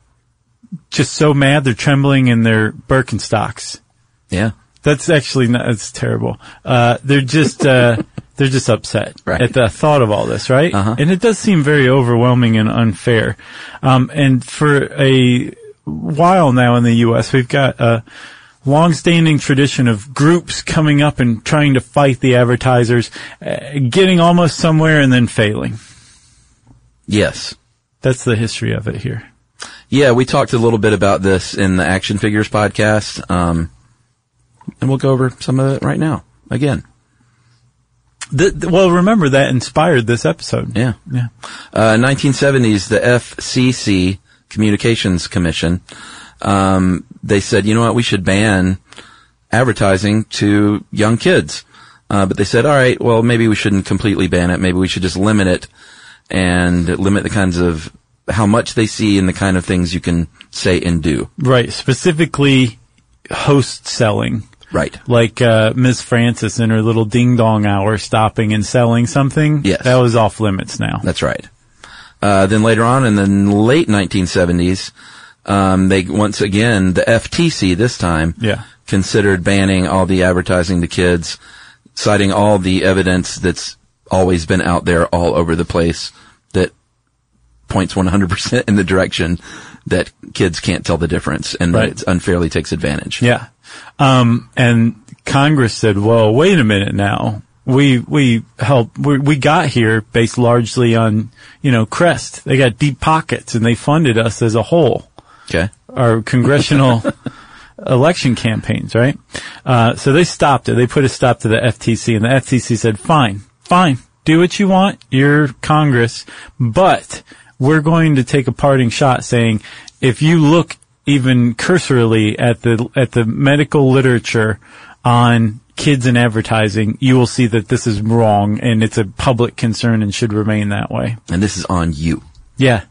just so mad they're trembling in their Birkenstocks.
Yeah.
That's actually not, that's terrible. Uh, they're just, uh, they're just upset
Right.
at the thought of all this, right?
Uh-huh.
And it does seem very overwhelming and unfair. Um, and for a while now in the U.S., we've got a long-standing tradition of groups coming up and trying to fight the advertisers, uh, getting almost somewhere and then failing.
Yes.
That's the history of it here.
Yeah. We talked a little bit about this in the action figures podcast. Um, and we'll go over some of it right now again.
Th- th- well, remember that inspired this episode.
Yeah.
Yeah.
Uh, 1970s, the FCC, Communications Commission, um, they said, you know what, we should ban advertising to young kids. Uh, but they said, all right, well, maybe we shouldn't completely ban it. Maybe we should just limit it and limit the kinds of how much they see and the kind of things you can say and do.
Right. Specifically, host selling.
Right.
Like uh, Miss Francis in her little ding dong hour, stopping and selling something.
Yes.
that was off limits now.
That's right. Uh, then later on in the late 1970s, um, they once again, the FTC this time,
Yeah.
considered banning all the advertising to kids, citing all the evidence that's always been out there all over the place that points 100% in the direction that kids can't tell the difference and
Right.
it unfairly takes advantage.
Yeah, um, and Congress said, "Well, wait a minute now. We we help. We, we got here based largely on you know Crest. They got deep pockets and they funded us as a whole."
Okay.
our congressional election campaigns, right? Uh, so they stopped it. They put a stop to the FTC, and the FTC said, "Fine, fine, do what you want. You're Congress, but we're going to take a parting shot, saying if you look even cursorily at the at the medical literature on." Kids and advertising, you will see that this is wrong and it's a public concern and should remain that way.
And this is on you.
Yeah.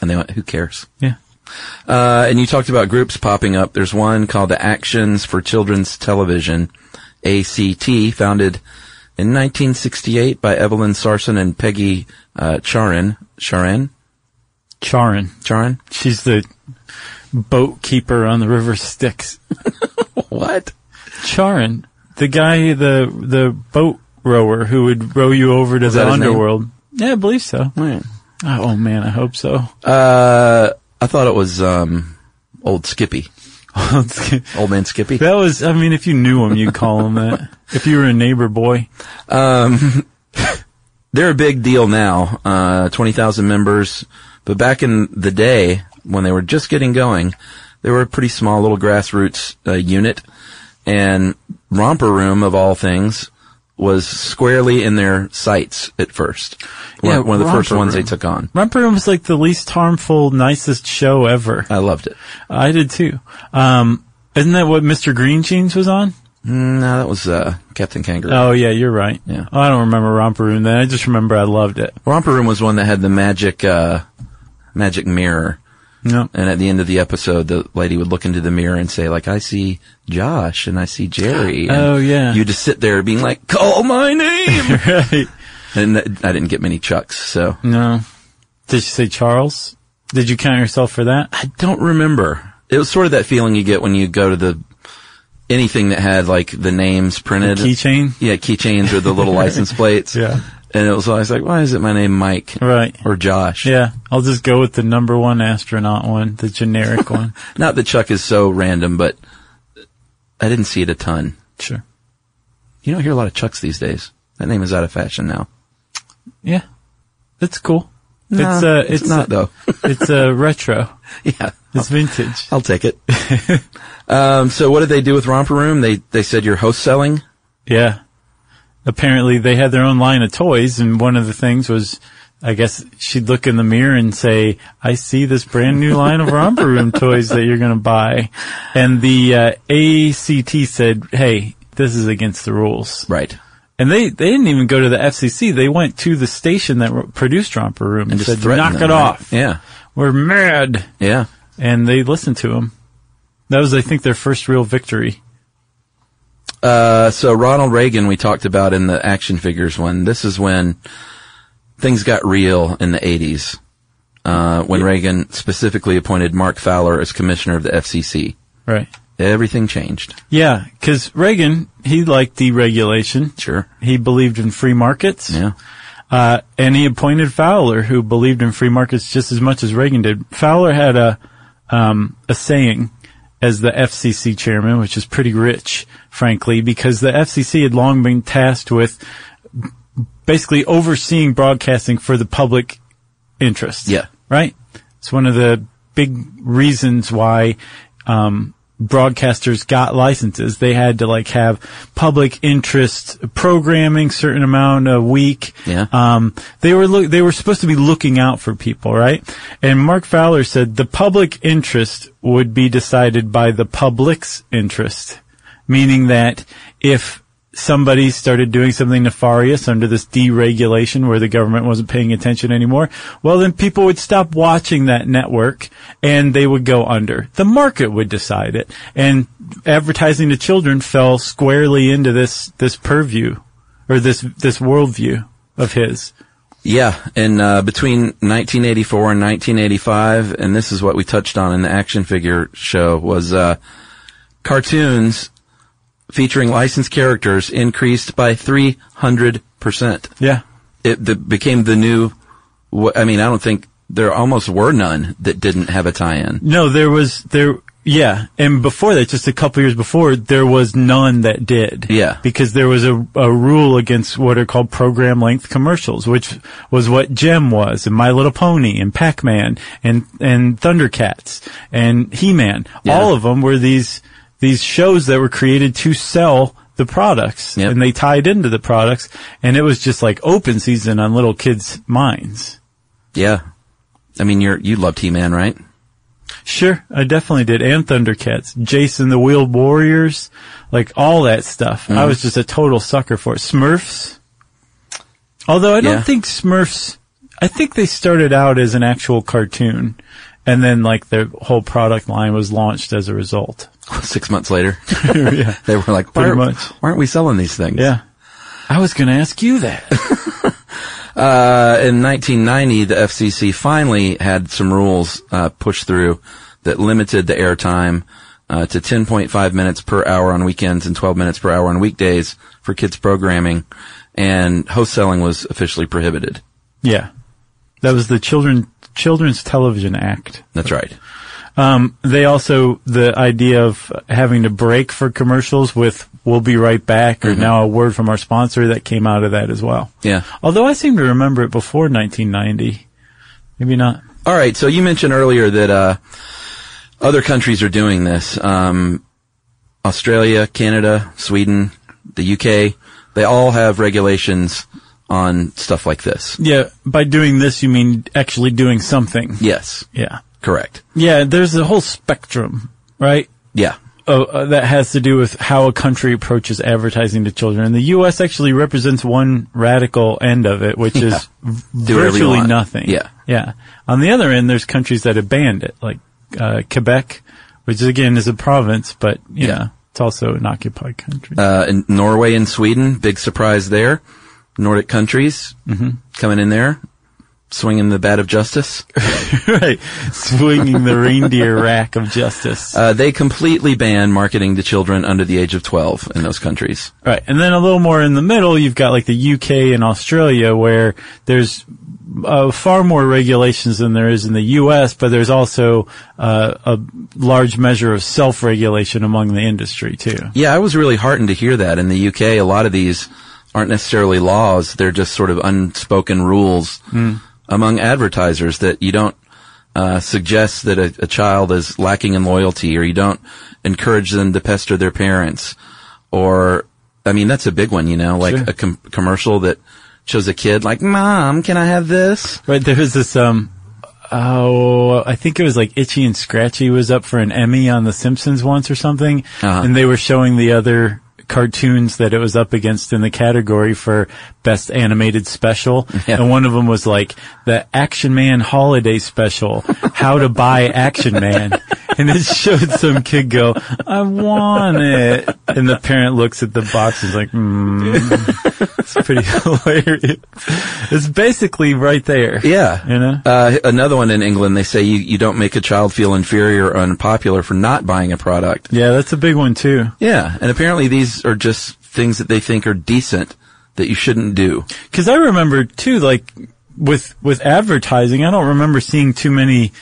And they went, who cares?
Yeah.
Uh, and you talked about groups popping up. There's one called the Actions for Children's Television, ACT, founded in 1968 by Evelyn Sarson and Peggy uh, Charin. Charin?
Charin.
Charin?
She's the boat keeper on the river Styx.
What?
Charon, the guy, the the boat rower who would row you over to
that
the
his name?
underworld. Yeah, I believe so. Oh man, I oh, hope so.
Uh, I thought it was um, Old Skippy.
that
Old man Skippy.
was, I mean, if you knew him, you'd call him that. If you were a neighbor boy.
They're a big deal now, uh, 20,000 members. But back in the day, when they were just getting going, they were a pretty small little grassroots uh, unit. And Romper Room, of all things, was squarely in their sights at first. One,
Yeah,
one of the first
Romper
ones they
Room.
took on.
Romper Room was like the least harmful, nicest show ever.
I loved it.
I did too. Um, isn't that what Mr. Green Jeans was on?
Mm, No, that was uh, Captain Kangaroo.
Oh yeah, you're right.
Yeah.
Oh, I don't remember Romper Room then. I just remember I loved it.
Romper Room was one that had the magic, uh, magic mirror.
No.
And at the end of the episode, the lady would look into the mirror and say, like, I see Josh and I see Jerry. And
Oh, yeah.
You just sit there being like, call my name.
right.
and th- I didn't get many chucks. So
No. Did you say Charles? Did you count yourself for that?
I don't remember. It was sort of that feeling you get when you go to the, anything that had like the names printed.
Keychain?
yeah, keychains or the little license plates.
Yeah.
And it was always like, why is it my name Mike?
Right.
Or Josh?
Yeah. I'll just go with the number one astronaut one, the generic one.
Not that Chuck is so random, but I didn't see it a ton.
Sure.
You don't hear a lot of Chucks these days. That name is out of fashion now.
Yeah. That's cool.
No,
it's uh
it's, not though.
it's uh retro.
yeah,
It's vintage.
I'll take it. um, so what did they do with Romper Room? They they said you're host selling.
Yeah. Apparently they had their own line of toys and one of the things was I guess she'd look in the mirror and say, I see this brand new line of romper room toys that you're going to buy. And the uh, ACT said, hey, this is against the rules.
Right.
And they, they didn't even go to the FCC. They went to the station that r- produced romper room and,
Just
said,
threaten
knock
them,
it
right?
off.
Yeah.
We're mad.
Yeah.
And they listened to him. That was, I think, their first real victory.
Uh, so Ronald Reagan, we talked about in the action figures one. This is when things got real in the 80s. Uh, when Reagan specifically appointed Mark Fowler as commissioner of the FCC.
Right.
Everything changed.
Yeah, because Reagan, he liked deregulation.
Sure.
He believed in free markets.
Yeah.
Uh, and he appointed Fowler, who believed in free markets just as much as Reagan did. Fowler had a, um, a saying as the FCC chairman, which is pretty rich, frankly, because the FCC had long been tasked with basically overseeing broadcasting for the public interest.
Yeah.
Right? It's one of the big reasons why um, broadcasters got licenses. They had to like have public interest programming, certain amount a week.
Yeah.
Um, they were look they were supposed to be looking out for people, right? And Mark Fowler said the public interest would be decided by the public's interest, meaning that if somebody started doing something nefarious under this deregulation where the government wasn't paying attention anymore, well then people would stop watching that network and they would go under. The market would decide it. And advertising to children fell squarely into this this purview or this this worldview of his.
Yeah, and uh, between 1984 and 1985, and this is what we touched on in the action figure show was uh, cartoons featuring licensed characters increased by 300 percent.
Yeah.
It the, became the new. wh- I mean, I don't think there almost were none that didn't have a tie-in.
No, there was there. Yeah, and before that, just a couple years before, there was none that did.
Yeah.
because there was a, a rule against what are called program length commercials, which was what Gem was, and My Little Pony, and Pac Man, and and Thundercats, and He Man.
Yeah.
All of them were these these shows that were created to sell the products,
Yep.
and they tied into the products, and it was just like open season on little kids' minds.
Yeah, I mean, you're you loved He-Man, right?
Sure, I definitely did. And Thundercats, Jason the Wheeled Warriors, like all that stuff. I was just a total sucker for it. Smurfs. Although I don't
Yeah.
think Smurfs, I think they started out as an actual cartoon. And then like their whole product line was launched as a result.
Six months later,
yeah.
they were like, why
Pretty
aren't-
much.
why aren't we selling these things?"
Yeah. I was going to ask you that.
Uh, in 1990, the FCC finally had some rules uh, pushed through that limited the airtime uh, to 10.5 minutes per hour on weekends and 12 minutes per hour on weekdays for kids programming, and host selling was officially prohibited.
yeah. That was the children, Children's Television Act.
That's right.
Um, they also the idea of having to break for commercials with "We'll be right back" or "Now a word from our sponsor" that came out of that as well.
Yeah.
Although I seem to remember it before 1990, maybe not.
All right. So you mentioned earlier that uh, other countries are doing this. Um, Australia, Canada, Sweden, the UK. They all have regulations on stuff like this.
Yeah, by doing this you mean actually doing something.
Yes.
Yeah.
Correct.
Yeah, there's a whole spectrum, right?
Yeah.
Oh, uh, that has to do with how a country approaches advertising to children. And the U.S. actually represents one radical end of it, which
Yeah.
is v-
Do whatever you
virtually
want.
nothing.
Yeah.
Yeah. On the other end, there's countries that have banned it, like uh, Quebec, which again is a province, but you
Yeah.
know, it's also an occupied country.
Uh, in Norway and Sweden, big surprise there. Nordic countries coming in there, swinging the bat of justice.
right. Swinging the reindeer rack of justice.
Uh, they completely ban marketing to children under the age of 12 in those countries.
Right. And then a little more in the middle, you've got like the UK and Australia where there's uh, far more regulations than there is in the US, but there's also uh, a large measure of self-regulation among the industry too.
Yeah, I was really heartened to hear that. In the UK, a lot of these aren't necessarily laws. They're just sort of unspoken rules
Hmm.
among advertisers that you don't uh, suggest that a, a child is lacking in loyalty or you don't encourage them to pester their parents. Or, I mean, that's a big one, you know, like
Sure.
a com- commercial that shows a kid like, mom, can I have this?
Right. There was this, um, oh, I think it was like Itchy and Scratchy was up for an Emmy on The Simpsons once or something.
Uh-huh.
And they were showing the other cartoons that it was up against in the category for best animated special.
Yeah.
And one of them was like the Action Man holiday special, how to buy Action Man. And it showed some kid go, I want it. And the parent looks at the box and is like, hmm, it's pretty hilarious. It's basically right there.
Yeah.
You know?
Uh, another one in England, they say you, you don't make a child feel inferior or unpopular for not buying a product.
Yeah, that's a big one too.
Yeah, and apparently these are just things that they think are decent that you shouldn't do.
Cause I remember too, like, with, with advertising, I don't remember seeing too many,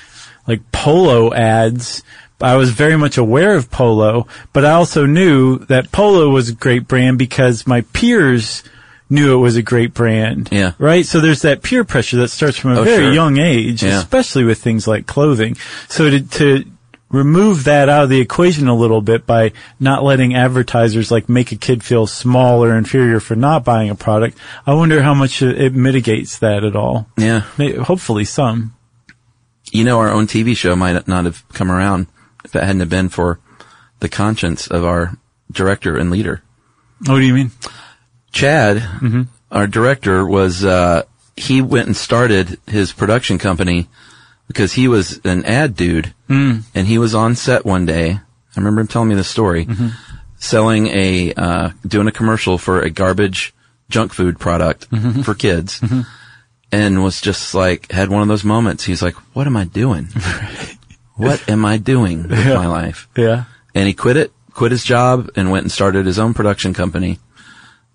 like, polo ads. I was very much aware of polo, but I also knew that polo was a great brand because my peers knew it was a great brand.
Yeah.
Right? So there's that peer pressure that starts from a
Oh,
very
sure.
young age,
Yeah.
especially with things like clothing. So to, to remove that out of the equation a little bit by not letting advertisers like make a kid feel small or inferior for not buying a product, I wonder how much it it mitigates that at all.
Yeah.
May- Hopefully some.
You know, our own TV show might not have come around if it hadn't have been for the conscience of our director and leader.
What do you mean?
Chad, our director, was, uh, he went and started his production company because he was an ad dude and he was on set one day. I remember him telling me this story, selling a, uh, doing a commercial for a garbage junk food product for kids and was just like, had one of those moments. He's like, what am I doing? what am I doing with my life?
Yeah.
and he quit it, quit his job, and went and started his own production company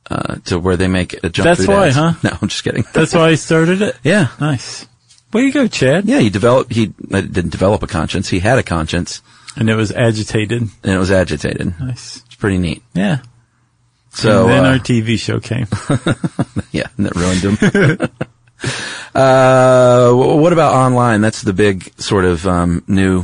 uh, to where they make a junk
That's
food
why,
ads.
huh?
No, I'm just kidding.
That's why I started it?
yeah,
Nice. Way to go, Chad.
yeah. He developed. He uh, didn't develop a conscience. He had a conscience,
And it was agitated.
and it was agitated.
Nice.
It's pretty neat.
Yeah.
So
and then
uh,
our TV show came.
yeah, and that ruined him. uh, wh- what about online? That's the big sort of um, new,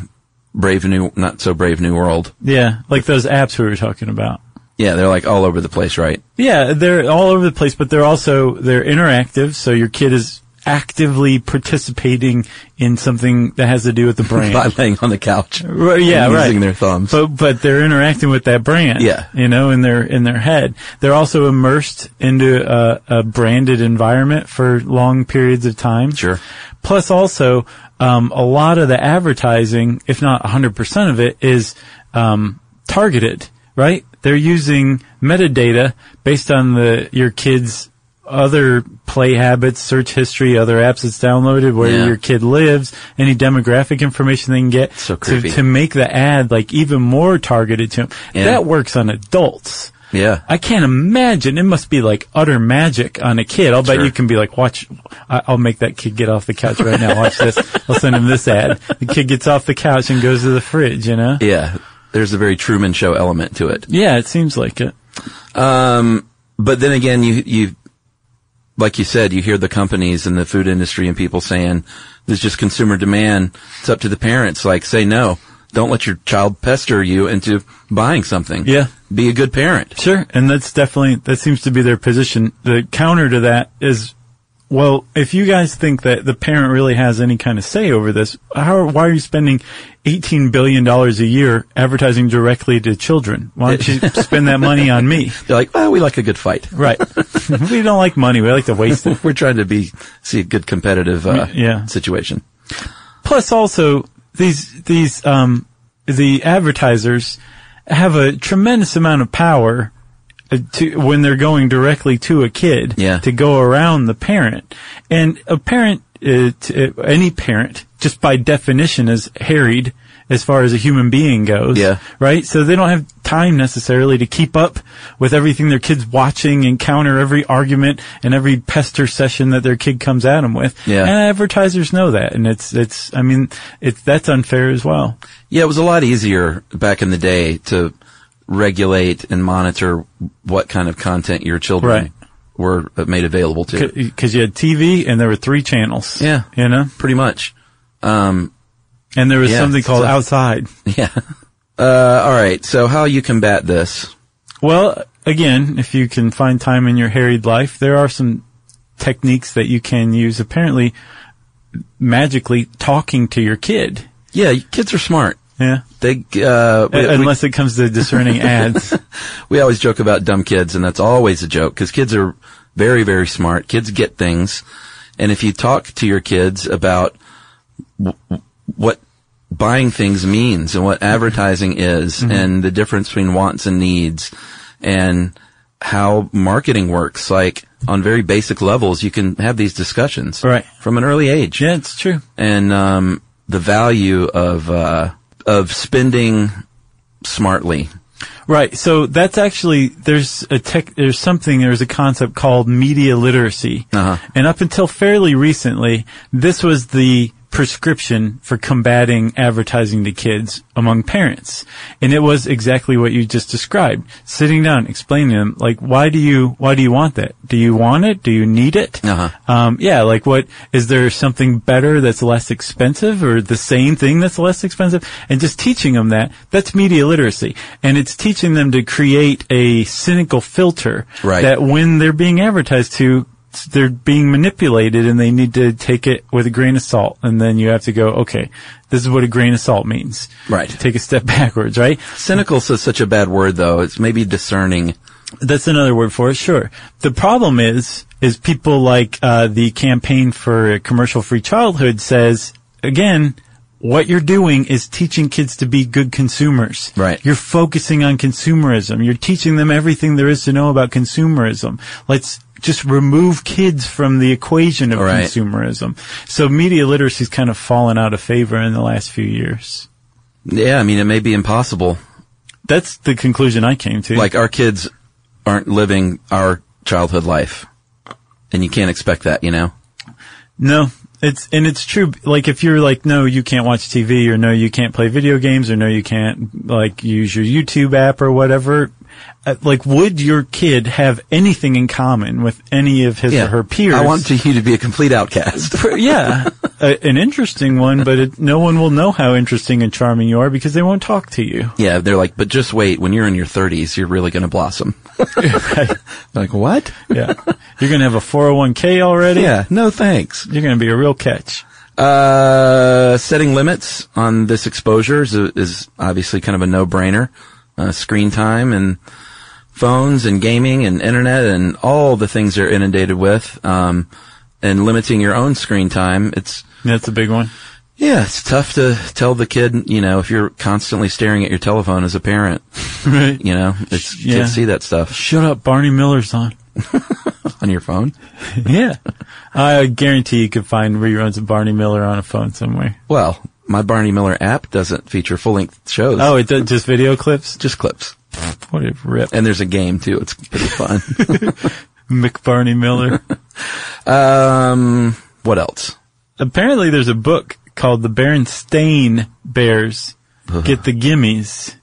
brave new, not so brave new world.
yeah. Like those apps we were talking about.
Yeah, they're like all over the place, right?
Yeah, they're all over the place, but they're also they're interactive. So your kid is actively participating in something that has to do with the brand.
By laying on the couch,
Right, yeah,
and
right.
using their thumbs.
But but they're interacting with that brand.
Yeah.
you know, in their in their head, they're also immersed into a, a branded environment for long periods of time.
Sure.
Plus, also um, a lot of the advertising, if not 100 percent of it, is um, targeted. Right? They're using metadata based on the your kids. Other play habits, search history, other apps that's downloaded, where
Yeah.
your kid lives, any demographic information they can get
So
to,
creepy.
to make the ad like even more targeted to him.
Yeah.
That works on adults.
Yeah.
I can't imagine. It must be like utter magic on a kid. I'll bet
Sure.
you can be like, watch, I- I'll make that kid get off the couch right now. Watch this. I'll send him this ad. The kid gets off the couch and goes to the fridge, you know?
Yeah. There's a very Truman Show element to it.
Yeah, it seems like it.
But then again, you, you, like you said, you hear the companies and the food industry and people saying, there's just consumer demand. It's up to the parents. Like, say no. Don't let your child pester you into buying something.
Yeah.
Be a good parent.
Sure. And that's definitely, that seems to be their position. The counter to that is, well, if you guys think that the parent really has any kind of say over this, how, why are you spending $18 billion a year advertising directly to children? Why don't you spend that money on me?
They're like, well, we like a good fight.
Right. we don't like money. We like to waste it.
We're trying to be, see a good competitive, uh,
Mm, Yeah.
situation.
Plus also these, these, um, the advertisers have a tremendous amount of power uh, to, when they're going directly to a kid
Yeah.
to go around the parent. And a parent, uh, t- uh, any parent, just by definition is harried as far as a human being goes.
Yeah.
Right? So they don't have time necessarily to keep up with everything their kid's watching and counter every argument and every pester session that their kid comes at them with.
Yeah.
And advertisers know that. And it's, it's, I mean, it's, that's unfair as well.
Yeah, it was a lot easier back in the day to regulate and monitor what kind of content your children
Right.
were uh, made available to.
Cause you had TV and there were three channels.
Yeah.
You know?
Pretty much.
And there was
Yeah,
something called
so-
outside.
Yeah. Uh, all right. So how you combat this?
Well, again, if you can find time in your harried life, there are some techniques that you can use. Apparently, magically talking to your kid.
Yeah, kids are smart.
Yeah.
They uh, we,
Uh, Unless it comes to discerning ads.
we always joke about dumb kids, and that's always a joke because kids are very very smart. Kids get things, and if you talk to your kids about what buying things means and what advertising is and the difference between wants and needs and how marketing works like on very basic levels you can have these discussions
Right.
from an early age
yeah, it's true.
and um, the value of uh, of spending smartly
Right. So that's actually there's a tech there's something there's a concept called media literacy.
Uh-huh.
And up until fairly recently, this was the prescription for combating advertising to kids among parents. And it was exactly what you just described. Sitting down, explaining to them like why do you why do you want that? Do you want it? Do you need it?
Uh-huh.
Um, yeah, like what is there something better that's less expensive or the same thing that's less expensive? And just teaching them that, that's media literacy. And it's teaching them to create a cynical filter
Right.
that when they're being advertised to, they're being manipulated and they need to take it with a grain of salt. And then you have to go, okay, this is what a grain of salt means.
Right.
Take a step backwards, right?
cynical is such a bad word though it's maybe discerning
That's another word for it, sure. The problem is, is people like uh, the campaign for a commercial-free childhood says, again, what you're doing is teaching kids to be good consumers.
Right.
You're focusing on consumerism. You're teaching them everything there is to know about consumerism. Let's just remove kids from the equation of
Right.
consumerism. So media literacy's kind of fallen out of favor in the last few years.
yeah i mean it may be impossible
That's the conclusion I came to.
like our kids aren't living our childhood life and you can't expect that you know
No, it's and it's true. Like if you're like, no, you can't watch TV, or no, you can't play video games, or no, you can't like use your YouTube app or whatever. Uh, like, would your kid have anything in common with any of his or her peers?
i want to, you to be a complete outcast
Pr- yeah, a, an interesting one, but it, no one will know how interesting and charming you are because they won't talk to you.
yeah they're like but just wait when you're in your 30s you're really going to blossom
Right?
like what
Yeah, you're gonna have a 401k already.
yeah no thanks
You're gonna be a real catch.
Uh, setting limits on this exposure is, is obviously kind of a no-brainer. Uh, screen time and phones and gaming and internet and all the things they're inundated with, um, and limiting your own screen time. It's,
That's a big one.
yeah, it's tough to tell the kid, you know, if you're constantly staring at your telephone as a parent,
Right.
you know, it's,
Yeah.
kids see that stuff
Shut up, Barney Miller's on.
on your phone.
yeah. I guarantee you could find reruns of Barney Miller on a phone somewhere.
Well, my Barney Miller app doesn't feature full-length shows.
Oh, it does, just video clips?
just clips.
What a rip.
And there's a game too. It's pretty fun.
McBarney Miller.
um, what else?
Apparently there's a book called The Berenstain Bears. Get the Gimmies.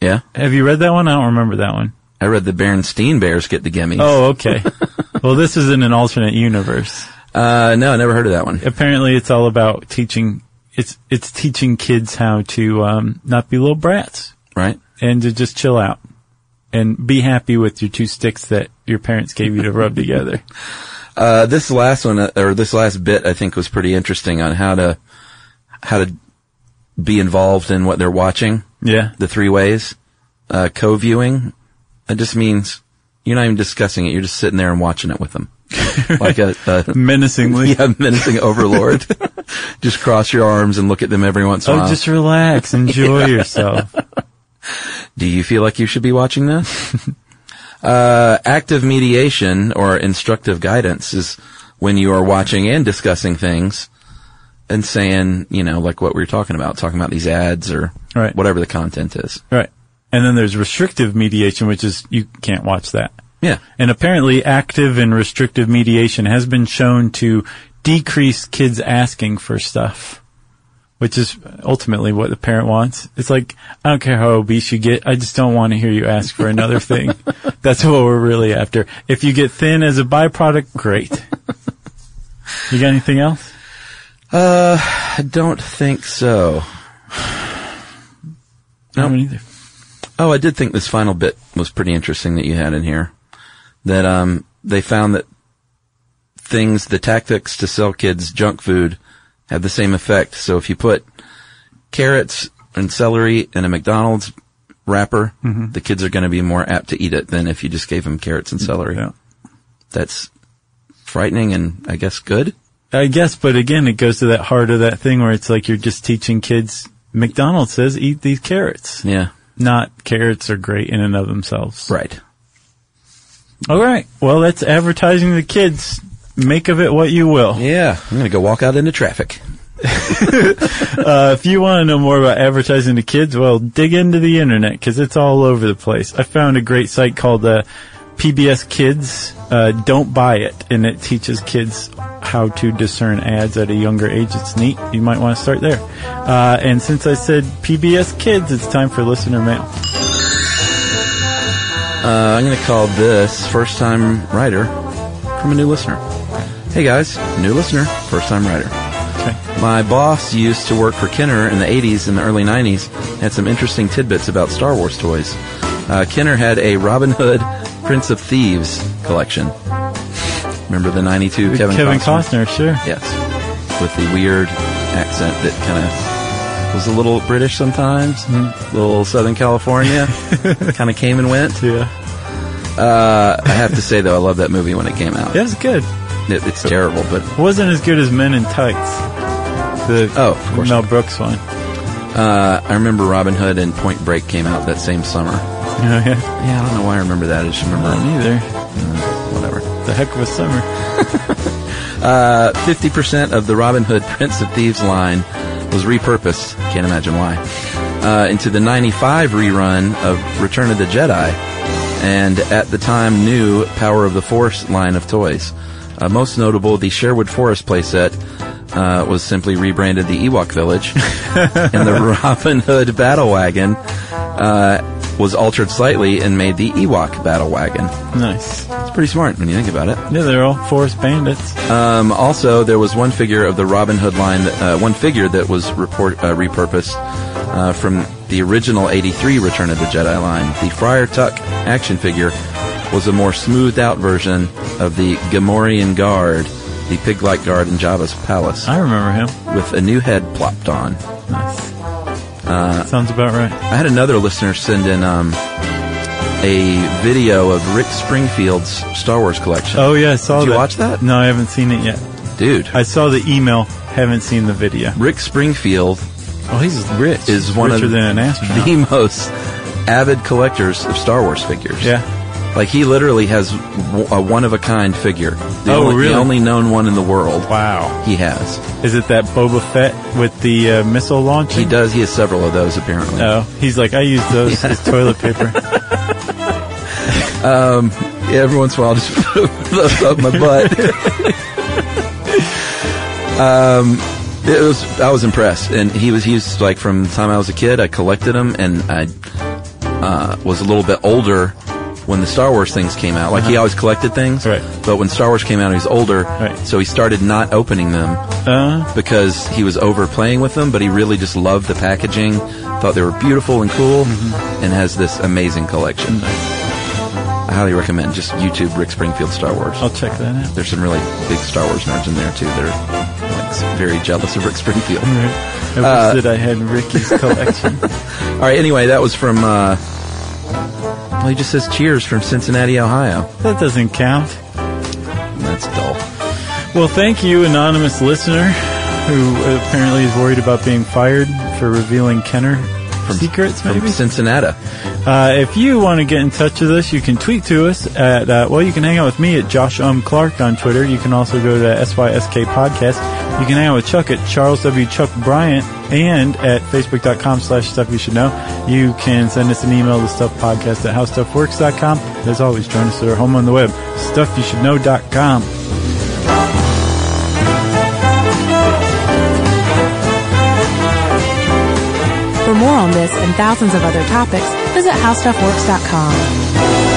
Yeah,
Have you read that one? I don't remember that one.
I read the Berenstain Bears get the gimmies.
Oh, okay. well, this is in an alternate universe.
uh, no, I never heard of that one.
Apparently it's all about teaching, it's, it's teaching kids how to, um, not be little brats
Right?
and to just chill out and be happy with your two sticks that your parents gave you to rub together.
Uh, this last one, uh, or this last bit, I think was pretty interesting on how to how to be involved in what they're watching.
Yeah.
The three ways, uh, co-viewing. It just means you're not even discussing it. You're just sitting there and watching it with them, like a, a
Menacingly.
yeah, menacing overlord. just cross your arms and look at them every once in a
Oh,
while.
just relax. Enjoy yourself.
Do you feel like you should be watching this? uh, active mediation or instructive guidance is when you are watching and discussing things and saying, you know, like what we were talking about, talking about these ads or
Right.
whatever the content is.
Right. And then there's restrictive mediation, which is you can't watch that.
Yeah.
And apparently active and restrictive mediation has been shown to decrease kids asking for stuff, which is ultimately what the parent wants. It's like, I don't care how obese you get. I just don't want to hear you ask for another thing. That's what we're really after. If you get thin as a byproduct, great. You got anything else?
I don't think so.
No, either.
Oh, I did think this final bit was pretty interesting that you had in here. That um, they found that things, the tactics to sell kids junk food, have the same effect. So if you put carrots and celery in a McDonald's wrapper, the kids are going to be more apt to eat it than if you just gave them carrots and celery.
Yeah.
That's frightening and I guess good.
I guess, but again, it goes to that heart of that thing where it's like you're just teaching kids. McDonald's says eat these carrots.
Yeah.
Not carrots are great in and of themselves.
Right.
All right. Well, that's advertising to kids. Make of it what you will.
Yeah. I'm going to go walk out into traffic.
Uh, if you want to know more about advertising to kids, well, dig into the internet because it's all over the place. I found a great site called uh, PBS Kids. Uh, don't buy it, and it teaches kids how to discern ads at a younger age. It's neat. You might want to start there. Uh, and since I said PBS Kids, it's time for listener mail.
Uh, I'm going to call this first time writer from a new listener. Hey guys, new listener, first time writer.
Okay.
My boss used to work for Kenner in the 80s and the early 90s, had some interesting tidbits about Star Wars toys. Uh, Kenner had a Robin Hood Prince of Thieves collection. Remember the 92 Kevin,
Costner. sure.
Yes. With the weird accent that kind of was a little British sometimes, a little Southern California, kind of came and went.
Yeah.
Uh, I have to say though, I love that movie when it came out.
That was good.
It, it's terrible, but
Wasn't as good as Men in Tights. The
Oh, of course
Mel Brooks one.
uh, I remember Robin Hood and Point Break came out that same summer.
Oh, yeah.
Yeah, I don't know why I remember that. I just remember
Not neither.
whatever.
The heck of a summer.
Fifty percent of the Robin Hood Prince of Thieves line was repurposed. Can't imagine why. Uh, into the '95 rerun of Return of the Jedi, and at the time new Power of the Force line of toys. Uh, most notable, the Sherwood Forest playset uh, was simply rebranded the Ewok Village, and the Robin Hood Battle Wagon uh, was altered slightly and made the Ewok Battle Wagon.
Nice.
It's pretty smart when you think about it.
Yeah, they're all forest bandits.
Um, also, there was one figure of the Robin Hood line, uh, one figure that was report, uh, repurposed uh, from the original '83 Return of the Jedi line. The Friar Tuck action figure was a more smoothed-out version of the Gamorrean guard, the pig-like guard in Jabba's palace,
I remember him.
with a new head plopped on.
Nice.
Uh.
Sounds about right.
I had another listener send in um, a video of Rick Springfield's Star Wars collection.
Oh yeah, I saw
Did you
that.
watch that?
No, I haven't seen it yet.
Dude,
I saw the email. Haven't seen the video.
Rick Springfield
Oh, he's rich.
is one
richer
of
than an astronaut.
the most avid collectors of Star Wars figures.
yeah.
Like he literally has w- a one of a kind figure. The
Oh,
only,
really?
The only known one in the world.
Wow.
He has.
Is it that Boba Fett with the uh, missile launcher?
He does. He has several of those apparently.
Oh, he's like, I use those as toilet paper.
Yeah, every once in a while, I'll just put those up my butt. um, it was I was impressed, and he was he was like from the time I was a kid, I collected them, and I uh, was a little bit older when the Star Wars things came out. Like he always collected things,
Uh-huh. Right.
but when Star Wars came out, he was older,
Right.
so he started not opening them
Uh,
because he was overplaying with them, but he really just loved the packaging, thought they were beautiful and cool,
Mm-hmm.
and has this amazing collection. I highly recommend just YouTube Rick Springfield Star Wars.
I'll check that out.
There's some really big Star Wars nerds in there too that are like s- very jealous of Rick Springfield.
All right. I
Uh,
wish that I had Ricky's collection.
All right, anyway, that was from. Uh, well, he just says cheers from Cincinnati, Ohio.
that doesn't count.
That's dull.
Well, thank you, anonymous listener, who apparently is worried about being fired for revealing Kenner secrets,
From
maybe.
Cincinnati.
Uh, if you want to get in touch with us, you can tweet to us at, uh, well, you can hang out with me at Josh Um Clark on Twitter. You can also go to SYSK Podcast. You can hang out with Chuck at Charles W. Chuck Bryant and at Facebook.com slash Stuff You Should Know. You can send us an email to stuffpodcast at HowStuffWorks.com. As always, join us at our home on the web, StuffYouShouldKnow.com.
For more on this and thousands of other topics, visit HowStuffWorks.com.